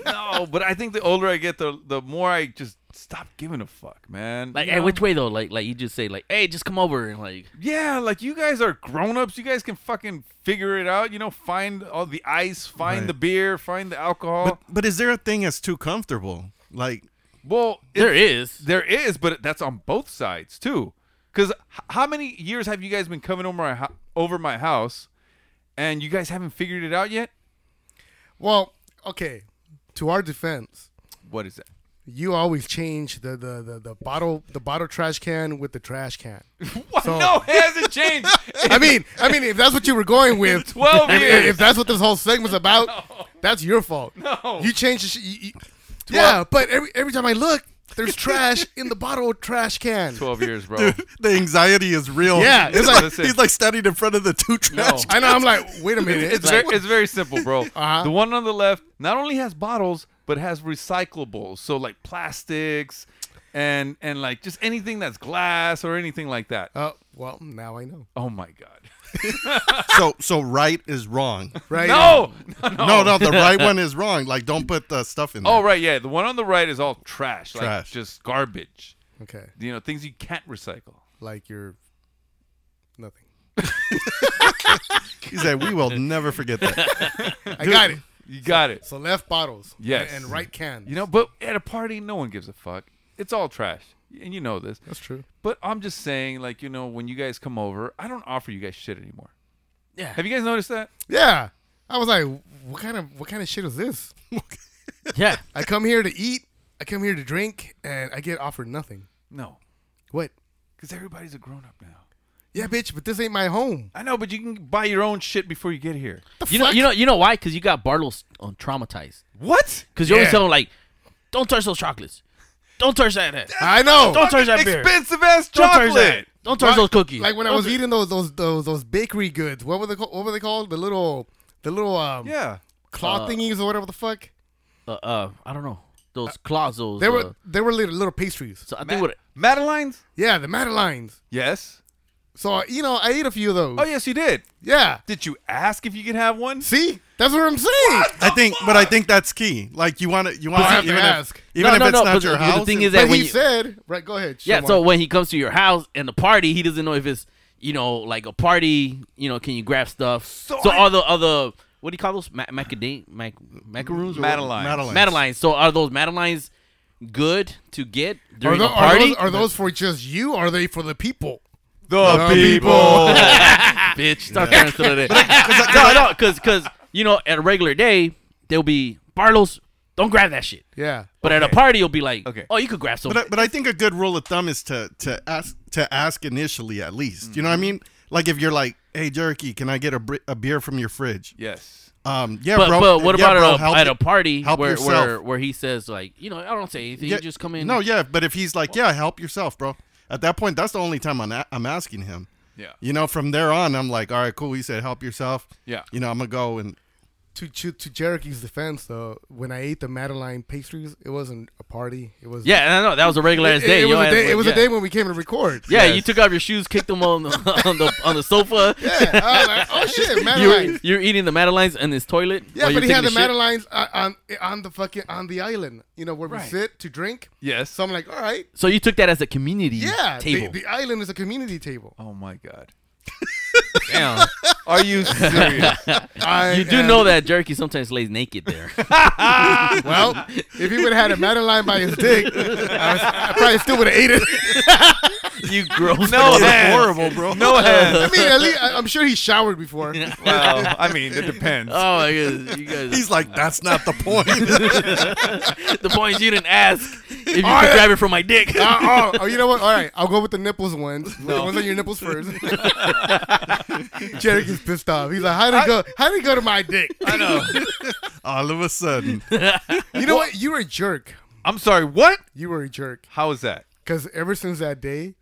no, but I think the older I get, the the more I just stop giving a fuck, man. Like, You hey, know? which way though? Like, like you just say, like, hey, just come over and like, Yeah, like you guys are grown ups. You guys can fucking figure it out. You know, find all the ice, find Right. the beer, find the alcohol. but, but is there a thing that's too comfortable? Like well, it- there is. There is, but that's on both sides too. Because how many years have you guys been coming over my hou- over my house, and you guys haven't figured it out yet? Well, okay. to our defense, What is that? you always change the the, the, the bottle the bottle trash can with the trash can. So- No, it hasn't changed. I mean, I mean, if that's what you were going with, 12 if, years. if that's what this whole segment's about, that's your fault. No. you changed the. Sh- you, you- yeah, but every every time I look, there's trash in the bottle trash can. Twelve years, bro. Dude, the anxiety is real. Yeah, it's it's like- like, he's like standing in front of the two trash. I know. I'm like, wait a minute. It's, Uh-huh. like- very, it's very simple, bro. The one on the left not only has bottles, but has recyclables. So like plastics and and like just anything that's glass or anything like that. Oh, well, now I know. Oh my god. so so right is wrong. Right. No! No, no. No, no, the right one is wrong. Like don't put the stuff in there. Oh right, yeah. The one on the right is all trash, like Trash. just garbage. Okay. You know, things you can't recycle. Like you're nothing. He said we will never forget that. I got it. You got it. So left bottles. Yes. And, and right cans. You know, but at a party, no one gives a fuck. It's all trash, and you know this. That's true. But I'm just saying, like, you know, when you guys come over, I don't offer you guys shit anymore. Yeah. Have you guys noticed that? Yeah. I was like, what kind of what kind of shit is this? Yeah. I come here to eat. I come here to drink, and I get offered nothing. No, What? because everybody's a grown up now. Yeah, bitch. But this ain't my home. I know, but you can buy your own shit before you get here. You know, you know, you know why? Because you got Bartles um, traumatized. What? Because you always Yeah. tell him like, "Don't touch those chocolates. Don't touch that. Don't I know. touch that beer. Expensive ass Don't touch chocolate. that. Don't touch those cookies." Like when I was eating those those those those bakery goods. What were they called? What were they called? The little the little um Yeah. claw thingies or whatever the fuck. uh, uh, I don't know those claws. Those. They uh, were they were little, little pastries. so Ma- I think what Madeline's? Yeah, the Madelines. Yes. So you know, I ate a few of those. Oh yes, you did. Yeah. Did you ask if you could have one? See, that's what I'm saying. I think, but I think that's key. Like you want to, you want I have to even if- ask. even No, if no, it's no, not but your the- the house. thing and- is that- But when he you- said, right? Go ahead. Yeah, Shamar. so when he comes to your house and the party, he doesn't know if it's you know like a party. You know, can you grab stuff? So, I- all the other what do you call those Ma- macadam mac macaroons? or what? Madeline. Madeline. Madelines. So are those Madelines good to get are, during tho- a are party? those, are those for just you? Or are they for the people? The Ah, bitch. Stop trying to throw that. no, no, because because you know at a regular day there'll be Bartles. Don't grab that shit. Yeah. But at a party, you'll be like, Okay. oh, you could grab some. But I, but I think a good rule of thumb is to to ask to ask initially at least. You know Mm-hmm. what I mean? Like if you're like, hey Jerky, can I get a, br- a beer from your fridge? Yes. Um, yeah, but, bro. but what yeah, about bro, at, a, help- at a party help where, yourself. where where he says like you know I don't say anything Yeah, you just come in No, yeah, but if he's like, yeah, help yourself, bro. At that point, that's the only time I'm, a- I'm asking him. Yeah. You know, from there on, I'm like, all right, cool. He said, help yourself. Yeah. You know, I'm gonna go and To, to to Jericho's defense, though, when I ate the Madeline pastries, it wasn't a party. It was yeah no no that was a regular ass It, day it, Your was, a ass day, it was yeah. a day when we came to record. yeah you took off your shoes kicked them on the on the, on the sofa Yeah, I was like, oh shit, you're, Madeline. you're eating the Madelines in his toilet Yeah, but while you're he had the taking a shit? Madelines uh, on on the fucking on the island, you know, where we Right. sit to drink. Yes. So I'm like, all right, so you took that as a community yeah, Mm, table The, the island is a community table. Oh my god. Damn. Are you serious? I you do am- know that jerky sometimes lays naked there Well, if he would have had a Madeline by his dick, I, was- I probably still would have ate it. you gross No ass. hands. horrible, bro. No hands. I mean, at least, I, I'm sure he showered before. Well, I mean, it depends. oh my goodness you guys he's like, that's not the point. the point is you didn't ask if you Oh, could right. grab it from my dick Uh, oh, oh, you know what? All right, I'll go with the nipples ones. The ones on your nipples first. Jerry gets pissed off. He's like, "How did it go? How did it go to my dick?" I know. All of a sudden, You know what? You were a jerk. I'm sorry. What? You were a jerk. How is that? Because ever since that day,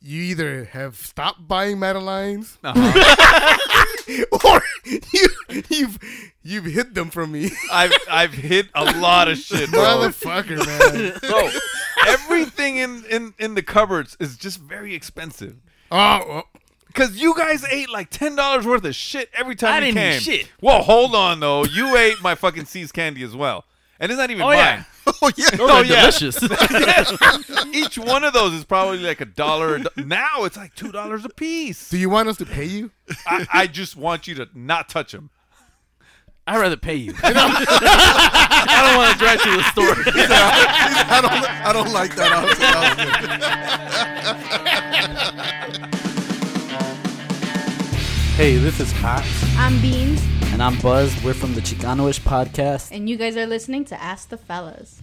you either have stopped buying Madelines, Uh-huh. or you you've you've hid them from me, I've I've hit a lot of shit, bro. motherfucker, man. Bro, everything in in in the cupboards is just very expensive. Oh, well, Cause you guys ate like ten dollars worth of shit every time I you didn't eat came. shit. Well, hold on though. You ate my fucking C's candy as well, and it's not even Oh, mine. yeah. oh yeah, those Oh, are yeah. delicious Each one of those is probably like a dollar. a do- Now it's like two dollars a piece. do you want us to pay you? I, I just want you to not touch them. I'd rather pay you. I don't want to drive to the store. I don't, I don't like that. option. That was good. Hey, this is Cox. I'm Beans. And I'm Buzz. We're from the Chicanoish podcast. And you guys are listening to Ask the Fellas.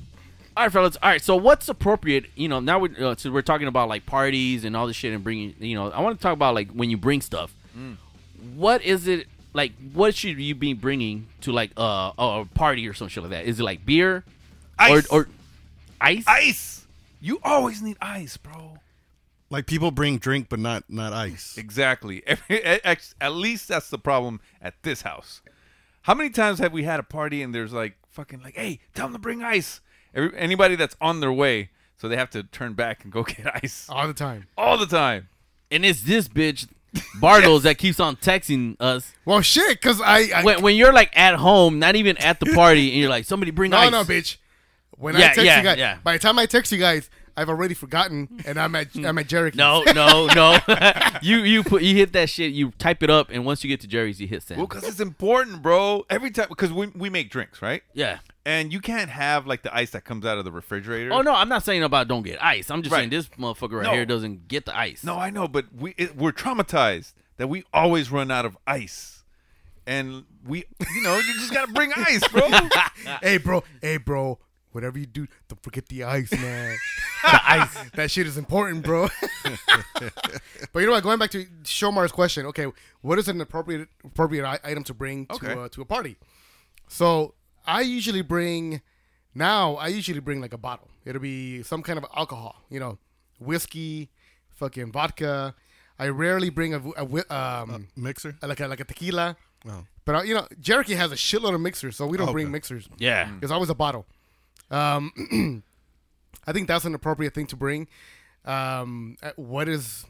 All right, fellas. All right, so what's appropriate? You know, now we're, uh, so we're talking about like parties and all this shit and bringing. You know, I want to talk about like when you bring stuff. Mm. What is it like? What should you be bringing to like uh, a party or some shit like that? Is it like beer, Ice. or or ice? Ice. You always need ice, bro. Like people bring drink, but not not ice. Exactly. Every- at- at at least that's the problem at this house. How many times have we had a party and there's like fucking like, hey, tell them to bring ice. Every, anybody that's on their way, so they have to turn back and go get ice all the time. All the time. And it's this bitch Bartles that keeps on texting us. Well, shit, cause I, I when, when you're like at home, not even at the party, and you're like, somebody bring no, ice. no, bitch. When I Yeah, text yeah, you guys, yeah. by the time I text you guys, I've already forgotten, and I'm at I'm at Jericho. No, no, no. you you put you hit that shit. You type it up, and once you get to Jerry's, you hit send. Well, because it's important, bro. Every time, because we, we make drinks, right? Yeah. And you can't have like the ice that comes out of the refrigerator. Oh no, I'm not saying about don't get ice. I'm just Right. saying this motherfucker right No. here doesn't get the ice. No, I know, but we it, we're traumatized that we always run out of ice, and we you know you just gotta bring ice, bro. hey, bro. Hey, bro. Whatever you do, don't forget the ice, man. the ice. That shit is important, bro. but you know what? Going back to Shomar's question, okay, what is an appropriate appropriate i- item to bring to Okay. uh, to a party? So I usually bring now. I usually bring like a bottle. It'll be some kind of alcohol, you know, whiskey, fucking vodka. I rarely bring a, w- a wi- um, mixer, like a, like a tequila. Uh. Oh. But uh, you know, Jericho has a shitload of mixers, so we don't Okay. bring mixers. Yeah. Mm. it's always a bottle. Um, I think that's an appropriate thing to bring. Um, uh, what is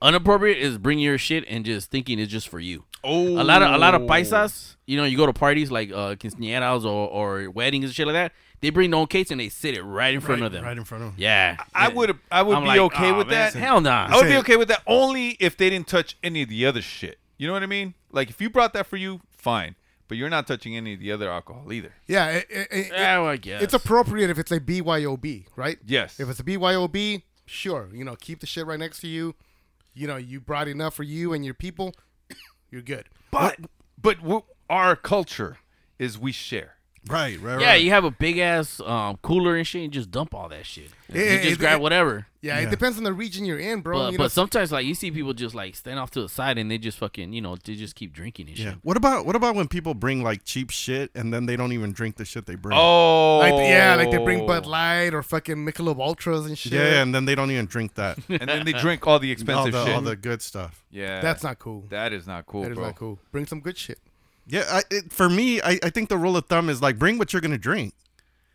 Unappropriate is bringing your shit and just thinking it's just for you. Oh, a lot of a lot of paisas. You know, you go to parties like uh, quinceañeras or, or weddings and shit like that. They bring their own cakes and they sit it right in front Right- of them. right in front of them. Yeah, I would I would I'm be like, okay "Aw, with man, that. Hell no. I would be okay with that only if they didn't touch any of the other shit. You know what I mean? Like if you brought that for you, fine. But you're not touching any of the other alcohol either. yeah? It, it, it- Yeah, well, I it- guess. it's appropriate if it's a BYOB, right? Yes. If it's a BYOB, sure. You know, keep the shit right next to you. You know, you brought enough for you and your people. You're good. But but what, our culture is we share. Right, right, Yeah, you have a big ass um, cooler and shit, and just dump all that shit. Yeah, you just it- grab it- whatever. Yeah, it depends on the region you're in, bro. But, you know, but sometimes, like you see people just like stand off to the side and they just fucking, you know, they just keep drinking and shit. Yeah. What about what about when people bring like cheap shit and then they don't even drink the shit they bring? Oh, like, yeah, like they bring Bud Light or fucking Michelob Ultras and shit. Yeah, and then they don't even drink that. And then they drink all the expensive all the, shit. all the good stuff. Yeah. That's not cool. That is not cool, That is bro. not cool. Bring some good shit. Yeah, I, it, for me, I, I think the rule of thumb is like bring what you're gonna drink.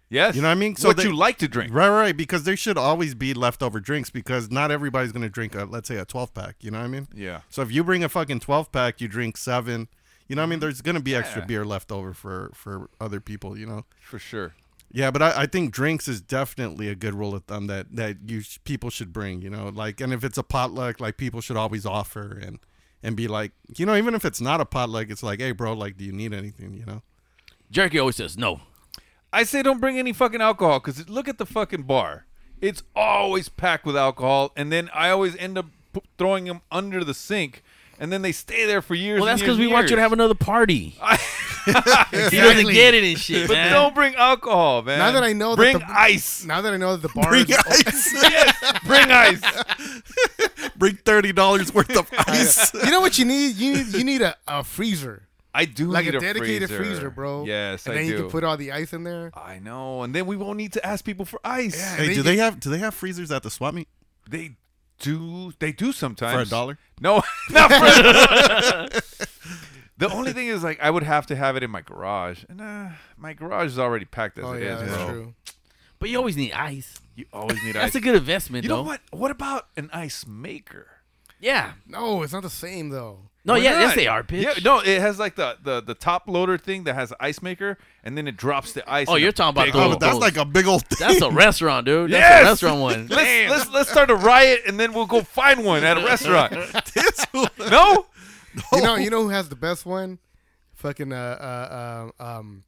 Yes, you know what I mean. what you like to drink. Right, right. Because there should always be leftover drinks because not everybody's gonna drink a let's say a 12 pack. You know what I mean? Yeah. So if you bring a fucking 12 pack, you drink seven. You know what I mean? There's gonna be extra Mm-hmm. Yeah. beer left over for for other people. You know. For sure. Yeah, but I, I think drinks is definitely a good rule of thumb that that you sh- people should bring. You know, like and if it's a potluck, like people should always offer and and be like, you know, even if it's not a potluck, it's like, hey, bro, like, do you need anything? You know. Jerky always says no. I say don't bring any fucking alcohol because look at the fucking bar. It's always packed with alcohol, and then I always end up p- throwing them under the sink, and then they stay there for years. Well, and that's years because we and want you to years. have another party. He doesn't Exactly. get it and shit, But man. don't bring alcohol, man. Now that I know bring that the, ice. Now that I know that the bar Bring is open- ice. Yes, bring ice. bring thirty dollars worth of ice. you know what you need? You need you need a, a freezer. I do like need a a dedicated freezer. freezer. bro. Yes, and I then you can do. put all the ice in there. I know, and then we won't need to ask people for ice. Hey, do they have do they have freezers at the swap meet? They do. They do sometimes For a dollar? No, not for a dollar. The only thing is, like, I would have to have it in my garage, and uh, my garage is already packed as Oh, it is, yeah, that's bro. true. But you always need ice. You always need ice. That's a good investment, You though. know what? What about an ice maker? Yeah. No, it's not the same though. No, Why yeah, yes, not? they are, bitch. Yeah, no, it has like the, the the top loader thing that has ice maker, and then it drops the ice. Oh, in a you're talking about big the- old- Oh, but that's those- like a big old. Thing. That's a restaurant, dude. That's Yes! a restaurant one. Let's, let's let's start a riot, and then we'll go find one at a restaurant. no, You know, you know who has the best one? Fucking uh, uh, uh um,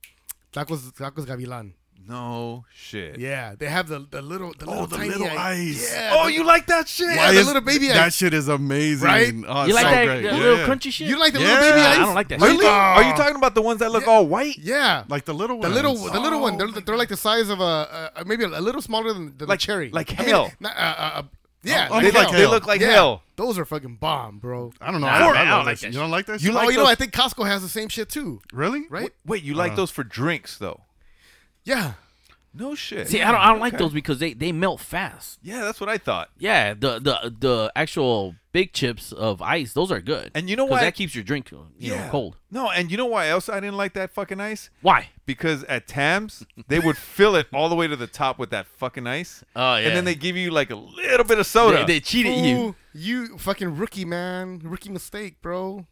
tacos, tacos gavilan. No shit. Yeah, they have the the little Oh, the Oh, little the tiny little eyes. Yeah, Oh, the- you like that shit? Yeah, the is- little baby That eyes. shit is amazing. Right? Oh, You it's like so that- great. that little Yeah. crunchy shit? You like the little baby eyes? Really? Are you talking about the ones that look all white? Yeah, like the little The little, the little one. They're, they're like the size of a, a maybe a little smaller than, than like, cherry, like hell. not, uh, uh, uh, yeah, Oh, they like- they look like Yeah. hell. Those are fucking bomb, bro. I don't know. I don't- I don't like that shit. You You like oh, you know, those- I think Costco has the same shit too. Really? Right? Wait, you like those for drinks though? Yeah. Uh. No shit. See, I don't, I don't like Okay. those because they, they melt fast. Yeah, that's what I thought. Yeah, the the the actual big chips of ice, those are good. And you know 'Cause why- That keeps your drink, you know, cold. No, and you know why else I didn't like that fucking ice? Why? Because at Tams they would fill it all the way to the top with that fucking ice. Oh And then they give you like a little bit of soda. Ooh, You fucking rookie, man. Rookie mistake, bro.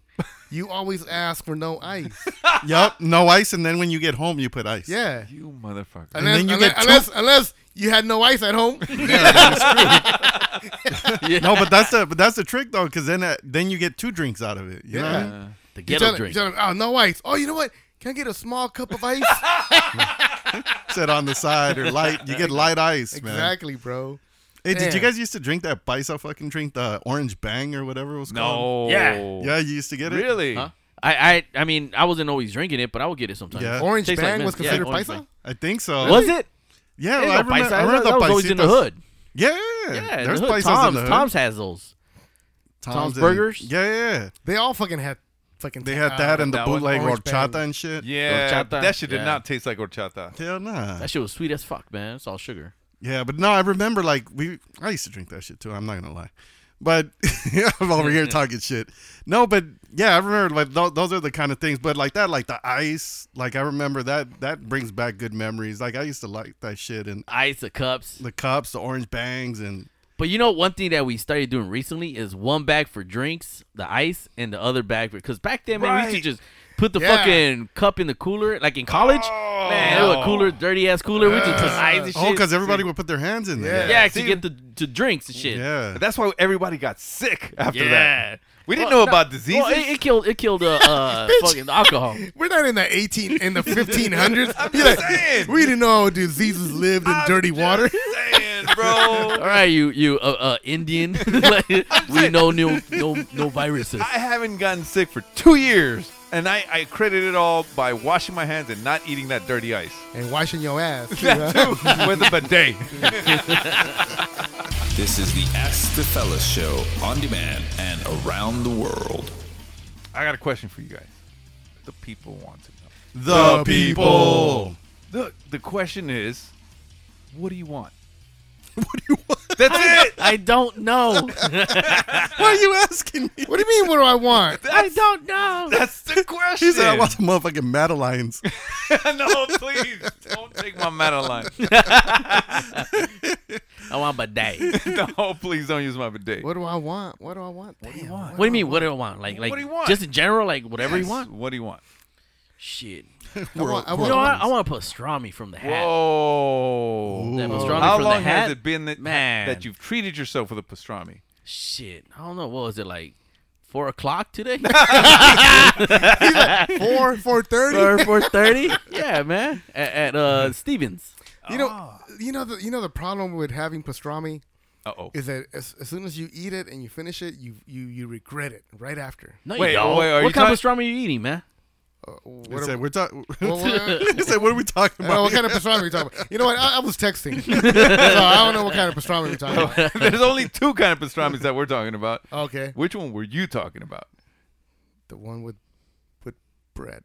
You always ask for no ice. Yup, no ice, and then when you get home, you put ice. Yeah. You motherfucker. And then you unless, get unless, unless you had no ice at home. No, but that's the but that's the trick though, because then uh, then you get two drinks out of it. You know what I Yeah. mean? The You tell him- you tell him, oh, no ice. Oh, you know what? Can I get a small cup of ice? Set on the side or light. You get light ice, man. Exactly, bro. Hey, did you Damn. guys used to drink that Paisa fucking drink, the Orange Bang or whatever it was No. called? Yeah. Yeah, you used to get it? Huh? I, I I mean, I wasn't always drinking it, but I would get it sometimes. Yeah. Orange Tastes Bang mint. was Yeah, considered Orange paisa? Bang. I think so. Was it? Yeah, There well, I ain't no remember, paisa. I remember That the was always in the paisitas. hood. Yeah. Yeah, in There's the hood. paisas in Tom's, the hood. Tom's has those. Tom's, Burgers. Yeah, yeah, yeah. They all fucking had fucking. They had that and the that one. bootleg Orange horchata Bang. and shit. Yeah, Horchata. that shit did Yeah. not taste like horchata. Hell nah. That shit was sweet as fuck, man. It's all sugar. Yeah, but no, I remember like we I used to drink that shit too. I'm not gonna lie, but I'm over here talking shit. No, but yeah, I remember like th- those are the kind of things. But like that, like the ice, like I remember that that brings back good memories. Like I used to like that shit and Ice, the cups. the cups, the orange bangs, and But you know, one thing that we started doing recently is one bag for drinks, the ice, and the other bag for because back then, man, we Right. used to just put the Yeah. fucking cup in the cooler, like in college. man, it was a cooler, dirty ass cooler. We just put ice and shit. oh, because everybody would put their hands in yeah, there. to get the to drinks and shit. Yeah. That's why everybody got sick after Yeah. that. We didn't Well, know no- about diseases. Well, it, it killed it killed uh, uh Bitch. fucking alcohol. We're not in the 18 in the 1500s. I'm You're just like, saying. we didn't know diseases lived in dirty water. Man, bro. All right, you you uh, uh Indian. Like, we know no no no viruses. I haven't gotten sick for two years, and I, I credit it all by washing my hands and not eating that dirty ice. and washing your ass. too, That huh? too, with a bidet. This is the Ask the Fellas show on demand and around the world. I got a question for you guys. The people want to know. The people. The, the question is, what do you want? What do you want? That's it. I don't know. Why are you asking me? What do you mean? What do I want? I don't know. That's the question. He said, "I want some motherfucking Madeline's." no, please don't take my Madeline. I want bidet. no, please don't use my bidet. What do I want? What do I want? Damn, What What do you mean? What do I want? Like like What do you want? just in general, like whatever you Yes, want. What do you want? Shit. I want, I You know want, what? I want to put pastrami from the hat. Whoa. That pastrami How from the long has hat? it been that, Man. that you've treated yourself with a pastrami? Shit. I don't know. What was it like? Four o'clock today? four, four thirty. or four thirty? Yeah, man. At, at uh Stevens. You know, you know the you know the problem with having pastrami Uh oh. is that as, as soon as you eat it and you finish it, you you you regret it right after. No, Wait, you don't. wait, are what you kind of talking- pastrami you eating, man? He said, "We're talking." Well, well, He said, "What are we talking I don't know about?" what kind of pastrami we talking about? You know what? I, I was texting, so I don't know what kind of pastrami we're talking about. There's only two kind of pastrami's that we're talking about. Okay, Which one were you talking about? the one with with bread.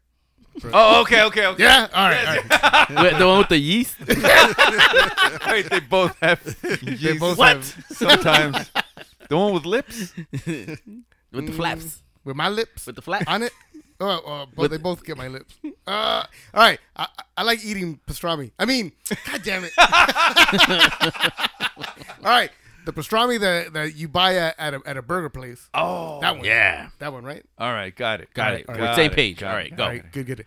Oh, okay, okay, okay. Yeah, all right, all right. Wait, the one with the yeast? Wait, they both have. They yeast. both What? have- Sometimes the one with lips. With the flaps. with my lips With the flaps. on it. Oh, oh, but they both get my lips. Uh, all right, I, I- I like eating pastrami. I mean, god damn it! all right, the pastrami that, that you buy at at a, at a burger place. Oh. that one. Yeah. that one, right? All right, got it. Got it. We're same page. All right, go. All right, good, good.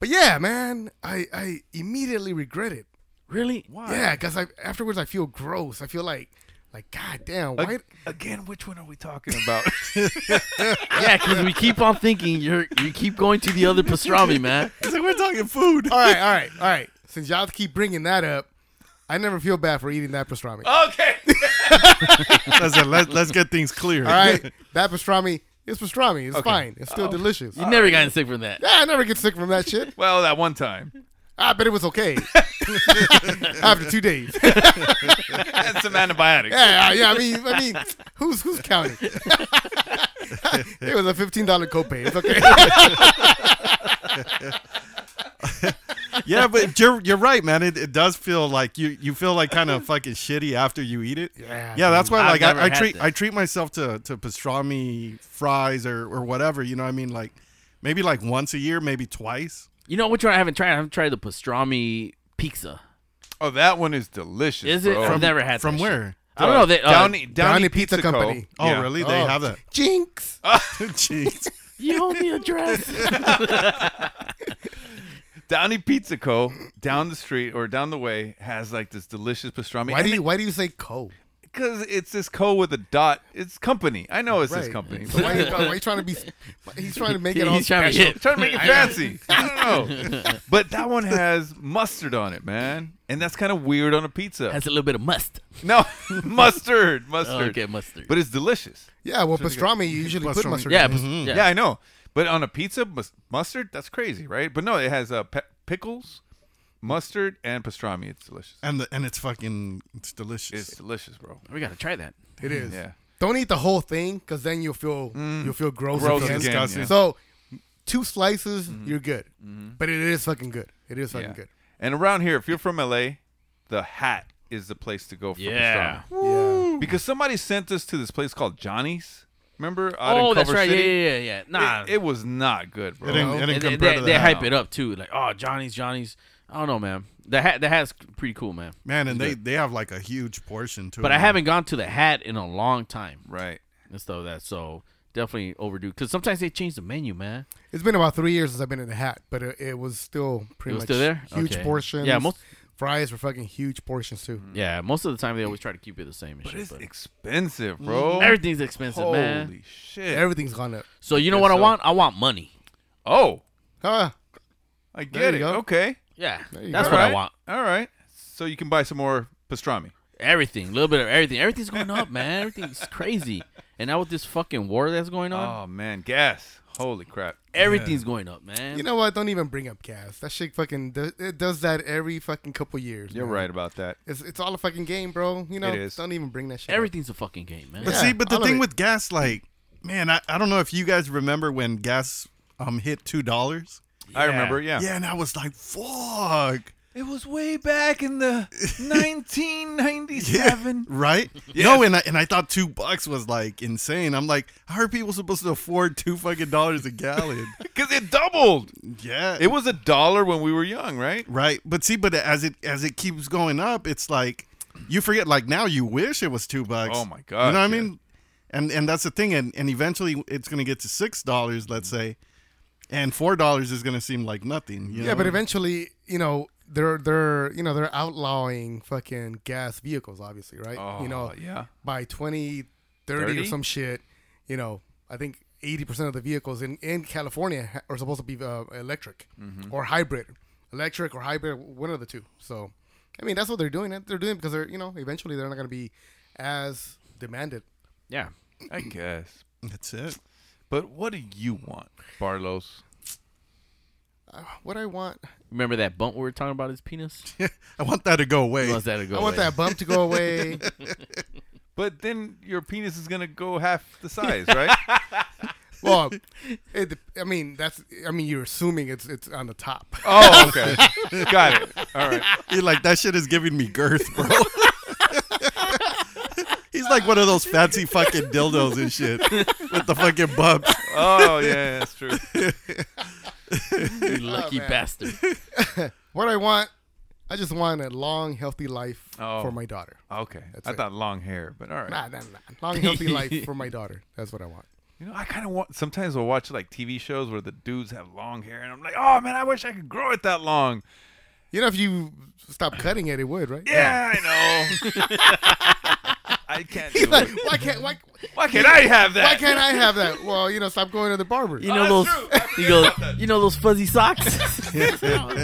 But yeah, man, I I immediately regret it. Really? Yeah, because I afterwards I feel gross. I feel like like god damn, why? Ag- Again, which one are we talking about? Yeah, because we keep on thinking you're you keep going to the other pastrami, man. He said, "We're talking food." all right, all right, all right. since y'all keep bringing that up, I never feel bad for eating that pastrami. Okay. Listen, let's, let's get things clear. All right, that pastrami is pastrami. It's Okay. fine. It's still Oh. delicious. You never gotten sick from that. Yeah, I never get sick from that shit. well, that one time. I bet it was okay after two days. That's some antibiotics. Yeah, yeah. I mean, I mean, who's who's counting? it was a fifteen dollar copay. It's okay. yeah, but you're you're right, man. It, it does feel like you you feel like kind of fucking shitty after you eat it. Yeah, yeah. That's dude. why I've like I, never I had treat that. I treat myself to to pastrami fries or or whatever. You know, what I mean, like maybe like once a year, maybe twice. You know which one I haven't tried? I haven't tried the pastrami pizza. Oh, that one is delicious. Is it? bro. I've never had. from that where? shit. I don't know. They, uh, Downey, Downey, Pizza, Company. Oh, really? They have that. Jinx. Jinx. You owe me a dress. Downey Pizza Co. down the street or down the way has like this delicious pastrami. why do you Why do you say co? Because it's this co with a dot. It's company. I know it's this Right. company. So why, why you trying to be? He's trying to make it all He's trying to special. hit. Trying to make it fancy. I don't know. But that one has mustard on it, man, and that's kind of weird on a pizza. Has a little bit of must. No, mustard, mustard. Okay, mustard. But it's delicious. Yeah, well, It's pastrami, really good. you usually put Pastrami. mustard Yeah, in it. pas- Mhm. yeah, Yeah. I know. But on a pizza, mus- mustard, that's crazy, right? But no, it has uh, pe- pickles, mustard, and pastrami. It's delicious. And the and it's fucking it's delicious. It's delicious, bro. We gotta try that. It is. Yeah. Don't eat the whole thing because then you'll feel you'll feel gross. Gross again. again, Disgusting. yeah. So two slices, you're good. But it is fucking good. It is fucking Yeah. good. And around here, if you're from LA, the hat is the place to go for Yeah. pastrami. Because somebody sent us to this place called Johnny's. Remember? out in Oh, that's Culver right. Yeah, City? yeah, yeah, yeah. Nah. it, it was not good, bro. And they, they, they hype it up too. Like, oh, Johnny's, Johnny's. I don't know, man. The hat, the hat's pretty cool, man. Man, and It's they good. they have like a huge portion to it. But I man. haven't gone to the hat in a long time. Right. And stuff like that. So definitely overdue. Because sometimes they change the menu, man. It's been about three years since I've been in the hat, but it, it was still pretty It was much still there? huge Okay. portions. Yeah, most- Mm-hmm. fries were fucking huge portions too. Mm. Yeah, most of the time they always try to keep it the same. And But shit, it's but- Mm, expensive, bro. Everything's expensive, man. Holy shit. Everything's gone up. So you know Guess what I so. want? I want money. Oh. Huh. I get There it. you go. Okay. Yeah, There you that's go. what I Alright. want. All right. So you can buy some more pastrami. Everything, a little bit of everything. Everything's going up, man. Everything's crazy. And now with this fucking war that's going on, Oh man, gas. Holy crap. everything's going up, man. You know what? Don't even bring up gas. That shit fucking do- it does that every fucking couple years. You're man. right about that. It's it's all a fucking game, bro. You know, It is. don't even bring that shit. everything's a fucking game, man. But Yeah, see, but the all of thing it. with gas, like, man, I, I don't know if you guys remember when gas um hit two dollars. I remember, yeah. Yeah, and I was like, fuck. It was way back in the 1997. Right? No, and I and I thought two bucks was like insane. I'm like, how are people supposed to afford two fucking dollars a gallon? Because it doubled. yeah. It was a dollar when we were young, right? right. But see, but as it as it keeps going up, it's like you forget like now you wish it was two bucks. Oh, my gosh, You know what yeah. I mean? And and that's the thing, and, and eventually it's gonna get to six dollars, let's say. And four dollars is gonna seem like nothing. you Yeah, know? but eventually, you know, they're they're you know they're outlawing fucking gas vehicles, obviously, right? Oh, you know, yeah. By 20, 30, or 30? some shit, you know, I think eighty percent of the vehicles in in California ha- are supposed to be uh, electric or hybrid, electric or hybrid, one of the two. So, I mean, that's what they're doing. They're doing it because they're you know eventually they're not going to be as demanded. Yeah. I guess. that's it. But what do you want, Barlos? What I want, Remember that bump we were talking about his penis? I want that to go away. He wants that to go I want away. that bump to go away. But then your penis is gonna go half the size, right? well, it, dep- I mean that's I mean you're assuming it's it's on the top. oh, okay. Got it. All right. You're like, that shit is giving me girth, bro. He's like one of those fancy fucking dildos and shit with the fucking bumps. Oh yeah, that's true. you Oh, lucky bastard. What I want, I just want a long, healthy life Oh. for my daughter. Okay. That's I it. thought long hair, but all right. Nah, nah, nah. Long, healthy life for my daughter. That's what I want. You know, I kind of want. Sometimes I'll watch like TV shows where the dudes have long hair, and I'm like, oh man, I wish I could grow it that long. You know, if you stop cutting it, it would, right? Yeah, I know. I can't. Do Like, it. why can't why, Why can't I have that? why can't I have that? Well, you know, stop going to the barber. You know Oh, those that's true. I you go, you know those fuzzy socks? Oh,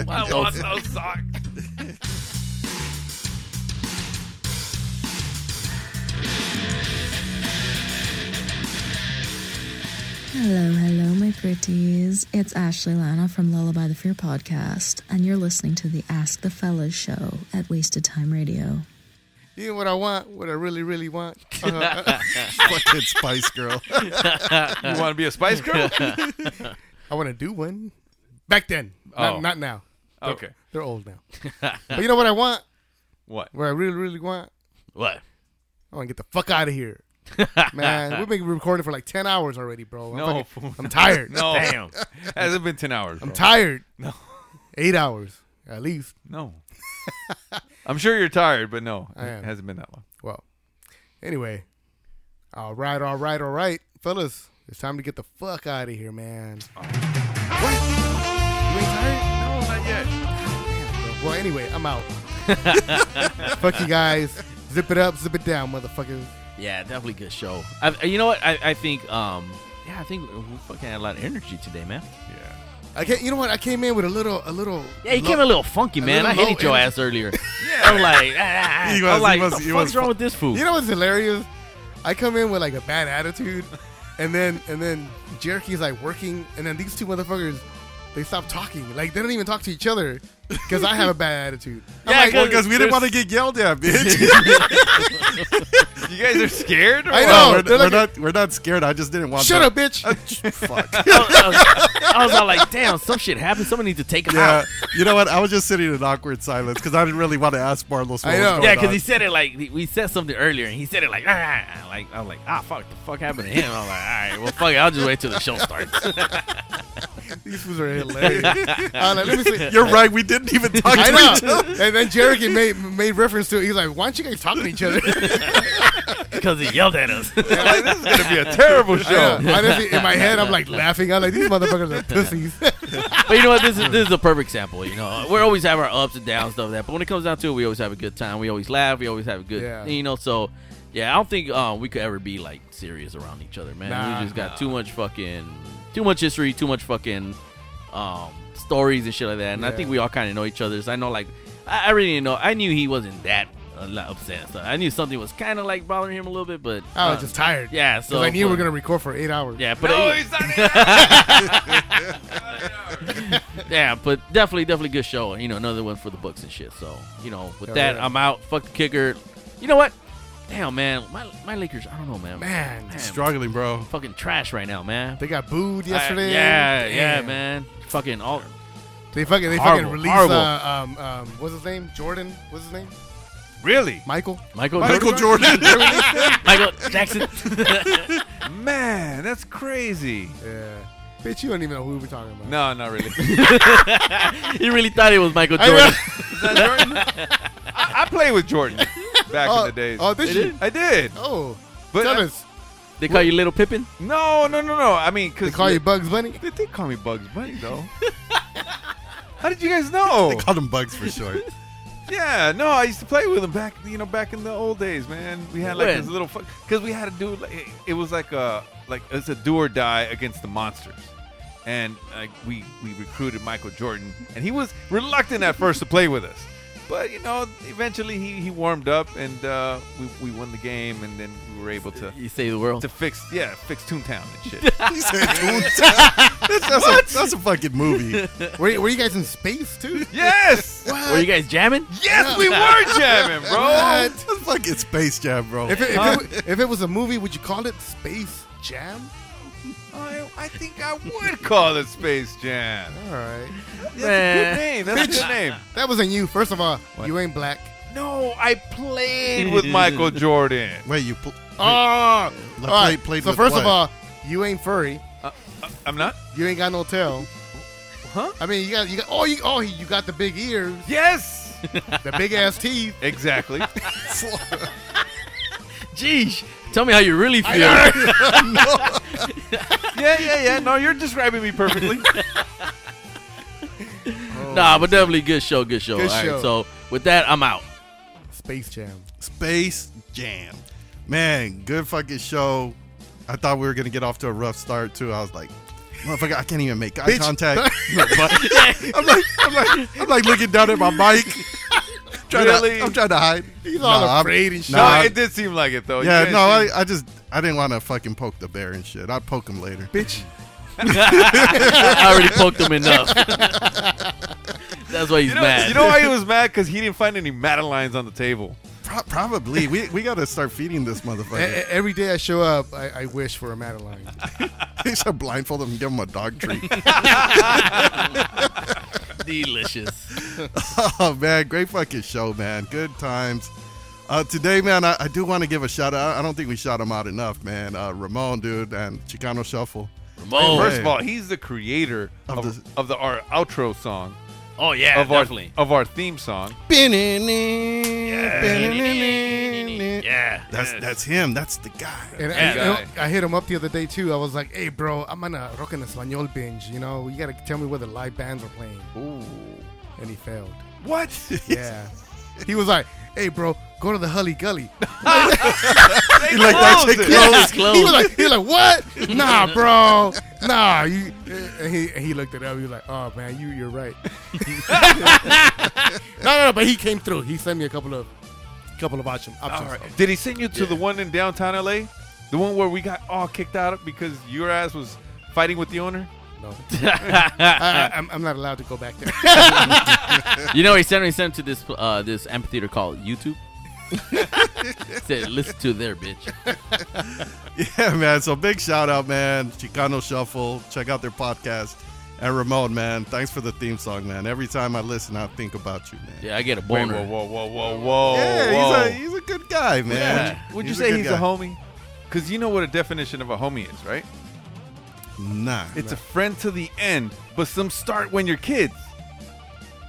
I want those socks. Hello, hello, my pretties. It's Ashley Lana from Lullaby the Fear podcast, and you're listening to the Ask the Fellas show at Wasted Time Radio. You know what I want? What I really, really want? Fucking Spice Girl. You wanna be a Spice Girl? I want to do one. Back then, not, Oh. not now. They're- Okay. they're old now. but you know what I want? What? What I really, really want? What? I want to get the fuck out of here. Man, we've been recording for like 10 hours already, bro. I'm, No, fucking- fool. I'm tired. No. Damn. Hasn't been 10 hours, I'm bro. tired. No. Eight hours, at least. No. I'm sure you're tired, but no, I it am. hasn't been that long. Well, anyway. All right, all right, all right. Fellas, it's time to get the fuck out of here, man. Oh. You ain't tired? No, not yet. Well, anyway, I'm out. fuck you guys. Zip it up, zip it down, motherfuckers. Yeah, definitely good show. I, you know what? I, I think. Um, yeah, I think we fucking had a lot of energy today, man. Yeah. I can't, you know what? I came in with a little, a little. Yeah, you came a little funky, man. I hated your ass earlier. I'm like, ah, He I'm was- he like, was- what the he fuck's was wrong fu- with this fool? You know what's hilarious? I come in with like a bad attitude, and then and then Jericho's like working, and then these two motherfuckers, they stop talking. Like they don't even talk to each other because I have a bad attitude. I'm Yeah, like, 'cause Well, 'cause we didn't there's- wanna get yelled at, bitch. You guys are scared? or I what? know. we're, they're we're like- not. We're not scared. I just didn't want. Shut that. up, bitch. fuck. I was all like, damn, some shit happened. Somebody needs to take him Yeah, out. you know what? I was just sitting in awkward silence because I didn't really want to ask Barlos. What was going Yeah, because on. he said it like we said something earlier, and he said it like, ah, like I was like, ah, fuck, the fuck happened to him? I'm like, all right, well, fuck it, I'll just wait till the show starts. These fools are hilarious. I was like, Uh, let me see. You're right, we didn't even talk I to know. each other. And then Jericho made made reference to it. He's like, "Why don't you guys talk to each other?" because he yelled at us. this is gonna be a terrible I know. Honestly, in my head, I'm like laughing. I'm like, "These motherfuckers are pussies." but you know what? This is this is a perfect sample. You know, we always have our ups and downs stuff like that. But when it comes down to it, we always have a good time. We always laugh. We always have a good, Yeah. you know. So yeah, I don't think uh, we could ever be like serious around each other, man. Nah. we just got too much fucking, too much history, too much fucking um, stories and shit like that. And I Yeah. think we all kind of know each other. So I know, like, I, I really didn't know. I knew he wasn't that. uh, upset. So I knew something was kind of like bothering him a little bit, but I uh, was just tired. Yeah, 'Cause so I knew we but- were gonna record for eight hours. yeah, but No, it- it's not eight hours. yeah, but definitely, definitely good show. You know, another one for the books and shit. So you know, with Hell that, yeah. I'm out. Fuck the kicker. You know what? Damn, man, my my Lakers. I don't know, man. Man. struggling, bro. Fucking trash right now, man. They got booed I- yesterday. yeah, yeah, Damn. man. Fucking all. They fucking they Horrible, fucking released horrible. uh, um um what's his name Jordan what's his name Really? Michael Michael Michael Jordan. They released him? Michael Jackson. Man, that's crazy. Yeah. Bitch, you don't even know who we're talking about. No, not really. you really thought it was Michael I Jordan. know. Is that Jordan? I, I played with Jordan back Oh, in the days. oh, did I you? I did. Oh, but tell I- us. They call you Little Pippin. No, no, no, no. I mean, cause They call you Bugs Bunny. They did call me Bugs Bunny though. How did you guys know? They called him Bugs for short. Yeah, no, I used to play with him back, you know, back in the old days, man. We had like When? this little because we had a dude. Like, it- it was like a like it's a do or die against the monsters, and like we we recruited Michael Jordan, and he was reluctant at first to play with us, but you know, eventually he he warmed up, and uh, we we won the game, and then we were able to. You save the world. To fix, yeah, fix Toontown and shit. He said Toontown. That's- that's a- What? that's a fucking movie. Were, were you guys in space too? Yes. What? Were you guys jamming? Yes, we were jamming, bro. What? That's fucking Space Jam, bro. If it, if, Huh? it, if it was a movie, would you call it Space Jam? I, I think I would call it Space Jam. All right. That's Eh, a good name. That's a good name. That wasn't you. First of all, you ain't black. No, I played with Michael Jordan. Wait, you pl- Oh, all Played- right. played so with first what? of all, you ain't furry. I'm not. You ain't got no tail. Huh? I mean, you got you got oh you oh you got the big ears, Yes. the big ass teeth. Exactly. Jeez, tell me how you really feel. yeah, yeah, yeah. No, you're describing me perfectly. nah, but definitely good show. Good show. Good all right, show. so with that, I'm out. Space Jam. Space Jam. Man, good fucking show. I thought we were gonna get off to a rough start too. I was like, motherfucker, I can't even make eye Bitch. contact. But- I'm like, I'm like, I'm like looking down at my mic. Trying Really? to, I'm trying to hide. He's all Nah, I'm- afraid and shit. no, nah, it did seem like it though. You yeah, guys no, seem- I, I just I didn't want to fucking poke the bear and shit. I'll poke him later. Bitch. I already poked him enough. That's why he's you know, mad. You know why he was mad? Because he didn't find any Madelines on the table. Pro- probably. We, we got to start feeding this motherfucker. E- e- every day I show up, I, I wish for a Madeline. They should blindfold him and give him a dog treat. Delicious. oh man, great fucking show, man. Good times. Uh, today, man, I, I do want to give a shout out. I don't think we shout him out enough, man. Uh, Ramon, dude, and Chicano Shuffle. Ramon. Oh. First of Hey. all, he's the creator of, of, the, our outro song. Oh, yeah, of definitely. Our, of our theme song. Yeah, that's that's him. That's the guy. And I, you know, I hit him up the other day too. I was like, "Hey, bro, I'm on a rock and español binge. You know, you gotta tell me where the live bands are playing." Ooh, and he failed. What? Yeah, he was like, "Hey, bro, go to the Hully Gully." He like, that's closed it. it. Yeah. It's closed. He was like, he was like, "What? Nah, bro, nah." You, and he and he looked it up. He was like, "Oh man, you you're right." no, no, no, but he came through. He sent me a couple of couple of option- options. Did he send you to Yeah. the one in downtown LA? The one where we got all kicked out because your ass was fighting with the owner? No. I, I, I'm, I'm not allowed to go back there. you know, he sent me sent to this uh, this amphitheater called YouTube. Said, listen to there, bitch. Yeah, man. So big shout out, man. Chicano Shuffle. Check out their podcast. And Ramon, man, thanks for the theme song, man. Every time I listen, I think about you, man. Yeah, I get a Wait, boner. whoa, whoa, whoa, whoa, whoa. Yeah, he's a- whoa. he's a good guy, man. Would you, would you He's a say good he's guy. a homie? Because you know what a definition of a homie is, right? Nah. It's a friend to the end, but some start when you're kids.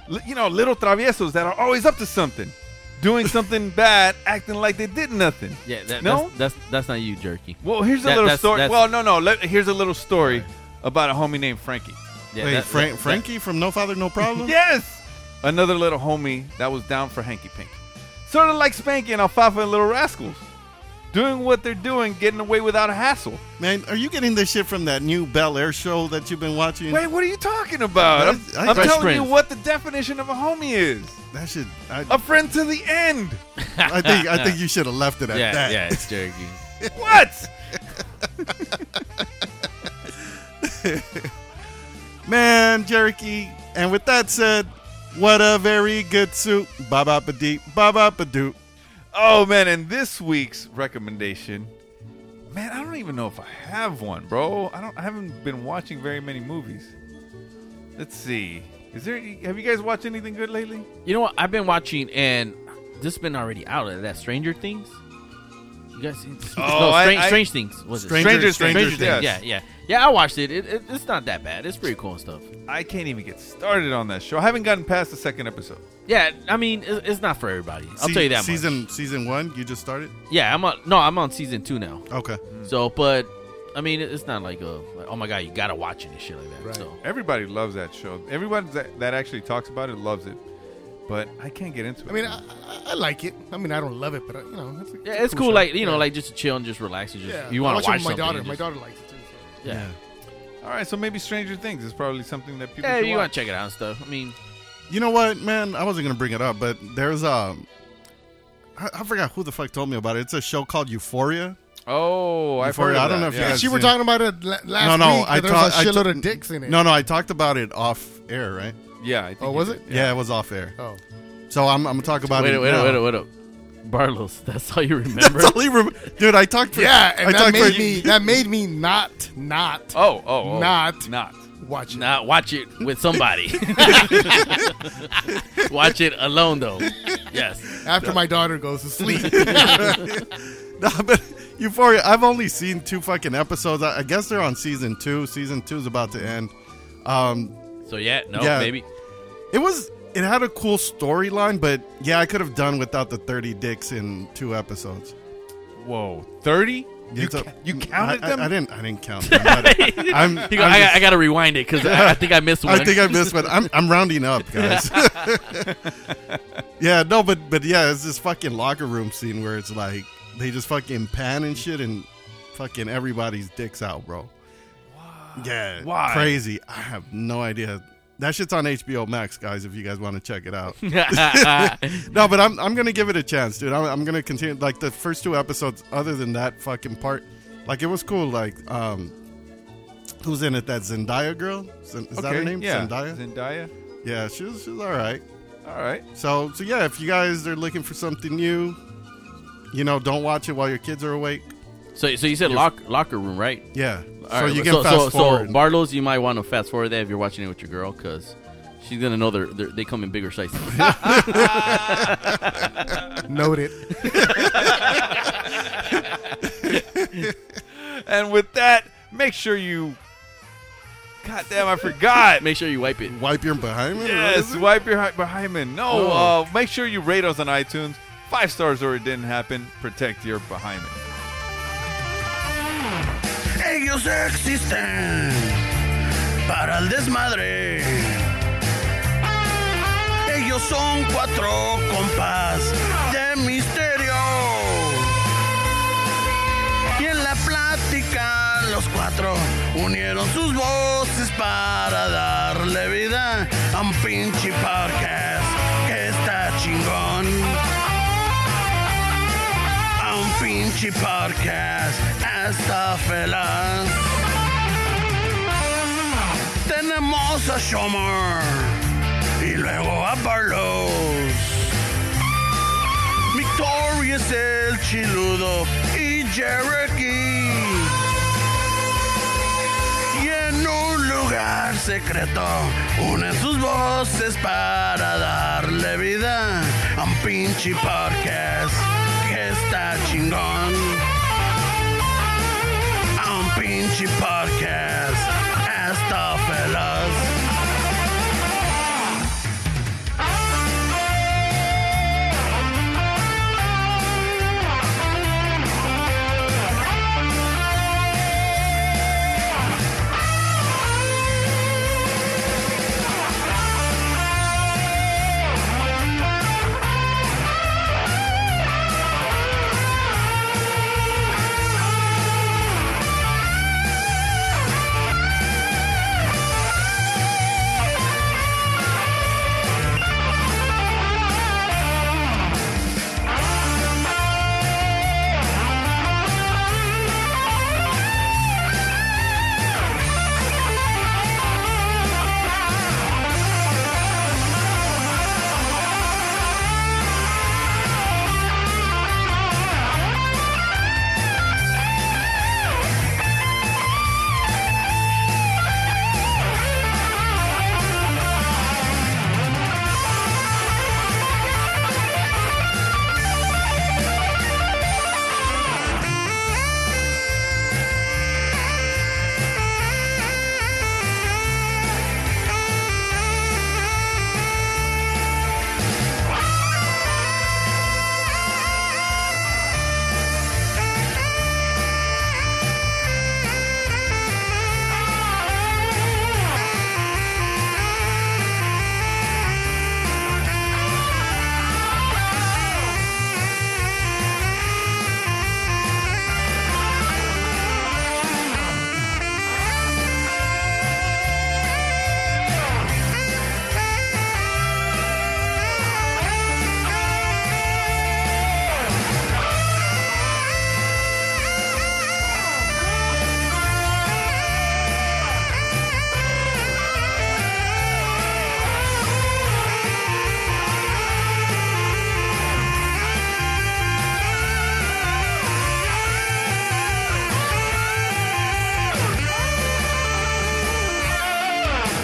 Li- you know, little traviesos that are always up to something, doing something bad, acting like they did nothing. Yeah, that, no. that's, that's that's not you, jerky. well, here's a That- little that's- story. that's- well, no, no. Let, here's a little story about a homie named Frankie. Wait, Frank, Frankie from No Father, No Problem? yes. Another little homie that was down for hanky pink, sort of like Spanky and Alfalfa and Little Rascals, doing what they're doing, getting away without a hassle. Man, are you getting this shit from that new Bel Air show that you've been watching? Wait, what are you talking about? I'm, I- I- I'm Fresh telling you Prince. what the definition of a homie is. That should. I, A friend to the end. I think I think you should have left it at Yeah, that. yeah, it's jerky. What? Man, Jerky. And with that said, what a very good soup. Ba ba ba dee, ba ba ba doo. Oh man, and this week's recommendation. Man, I don't even know if I have one, bro. I don't I haven't been watching very many movies. Let's see. Is there any- have you guys watched anything good lately? You know what? I've been watching, and this has been already out of that Stranger Things. You guys, seen this? Oh, no, I- Strange, I- Strange Things was it? Stranger- Stranger- Stranger Things, Yeah, yes. yeah, yeah. I watched it. It, it. It's not that bad. It's pretty cool and stuff. I can't even get started on that show. I haven't gotten past the second episode. Yeah, I mean, it, it's not for everybody. I'll Se- tell you that. much. Season season one, you just started. Yeah, I'm on. No, I'm on season two now. Okay. So, but I mean, it- it's not like a like, oh my god, you gotta watch it and shit like that. So Everybody loves that show. Everyone that, that actually talks about it loves it. But I can't get into it. I mean, I, I- I like it. I mean, I don't love it, but I, you know, it's, a- yeah, a it's cool. show. Like you know, Yeah. like just to chill and just relax. And just Yeah. you I want watch it to watch with my something daughter. and My just- daughter likes it too. so. Yeah. All right, so maybe Stranger Things is probably something that people Yeah, should you watch. gotta check it out and stuff. I mean, You know what, man? I wasn't gonna bring it up, but there's um, I, I forgot who the fuck told me about it. It's a show called Euphoria. Oh, I've Euphoria. heard of I don't that, know if you yeah. Yeah, guys she were seen it. talking about it la- last no, no, week. I I there was a talked- I shitload t- of dicks in it. No, no, I talked about it off air, right? Yeah, I think Oh, you was did. it? Yeah, it was off air. Oh. So I'm, I'm gonna talk about wait, it. up, wait, now. up, wait, up, wait, up. Barlos, that's all you remember. That's all you remember, dude. I talked for Yeah, and I that talked made for me that made me not not Oh, oh, oh. not not watch it. Nah, watch it with somebody. watch it alone though. Yes. after my daughter goes to sleep. no, but Euphoria, I've only seen two fucking episodes. I, I guess they're on season two. Season two is about to end. Um, So yeah, no, Yeah. maybe. it was. It had a cool storyline, but yeah, I could have done without the thirty dicks in two episodes. Whoa, 30? You, It's a- ca- you counted I, I- them? I, didn't. I didn't count. Them, but I'm, He go, I'm I, just- I gotta rewind it because I, I think I missed one. I think I missed one. I'm, I'm rounding up, guys. yeah, no, but but yeah, it's this fucking locker room scene where it's like they just fucking pan and shit and fucking everybody's dicks out, bro. Yeah, Why? Crazy. I have no idea. That shit's on HBO Max, guys. If you guys want to check it out. no, but I'm I'm gonna give it a chance, dude. I'm, I'm gonna continue. Like the first two episodes. Other than that fucking part, like it was cool. Like um, who's in it? That Zendaya girl. Is is that her Okay, name? yeah. Zendaya. Zendaya. Yeah, she was, she was all right. All right. So so yeah, if you guys are looking for something new, you know, don't watch it while your kids are awake. So, so you said lock, locker room, right? Yeah. All So right, you can fast forward. So Barlow's, you might want to fast forward that if you're watching it with your girl, because she's gonna know they're, they're, they come in bigger sizes. Noted. and with that, make sure you. God damn, I forgot. make sure you wipe it. Wipe your behind me? Yes, wipe your hi- behind me. No, Oh. uh, make sure you rate us on iTunes. Five stars or it didn't happen. Protect your behind me. Ellos existen para el desmadre. Ellos son cuatro compas de misterio. Y en la plática los cuatro unieron sus voces para darle vida a un pinche podcast que está chingón. A un pinche podcast está feliz. Tenemos a Shomer y luego a Barlow. Victoria es el chiludo y Cherokee. Y en un lugar secreto unen sus voces para darle vida a un pinche podcast que está chingón. A un pinche podcast está feliz.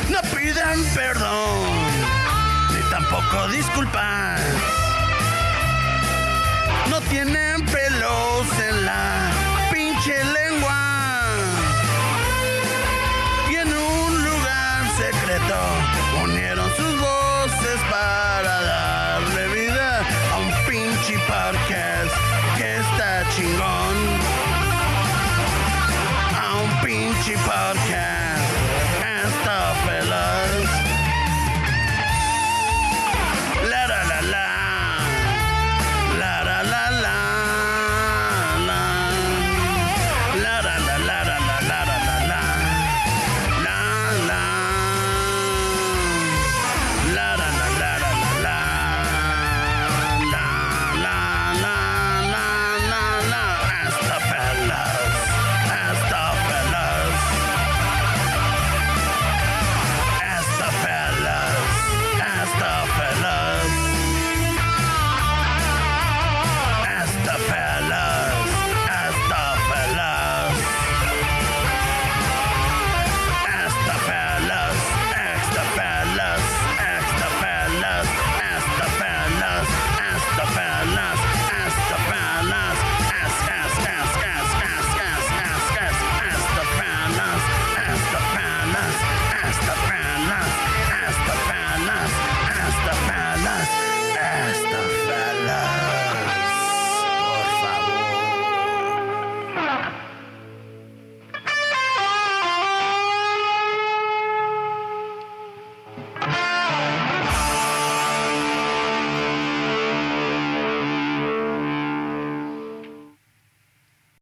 No pidan perdón, ni tampoco disculpas. No tienen pelos um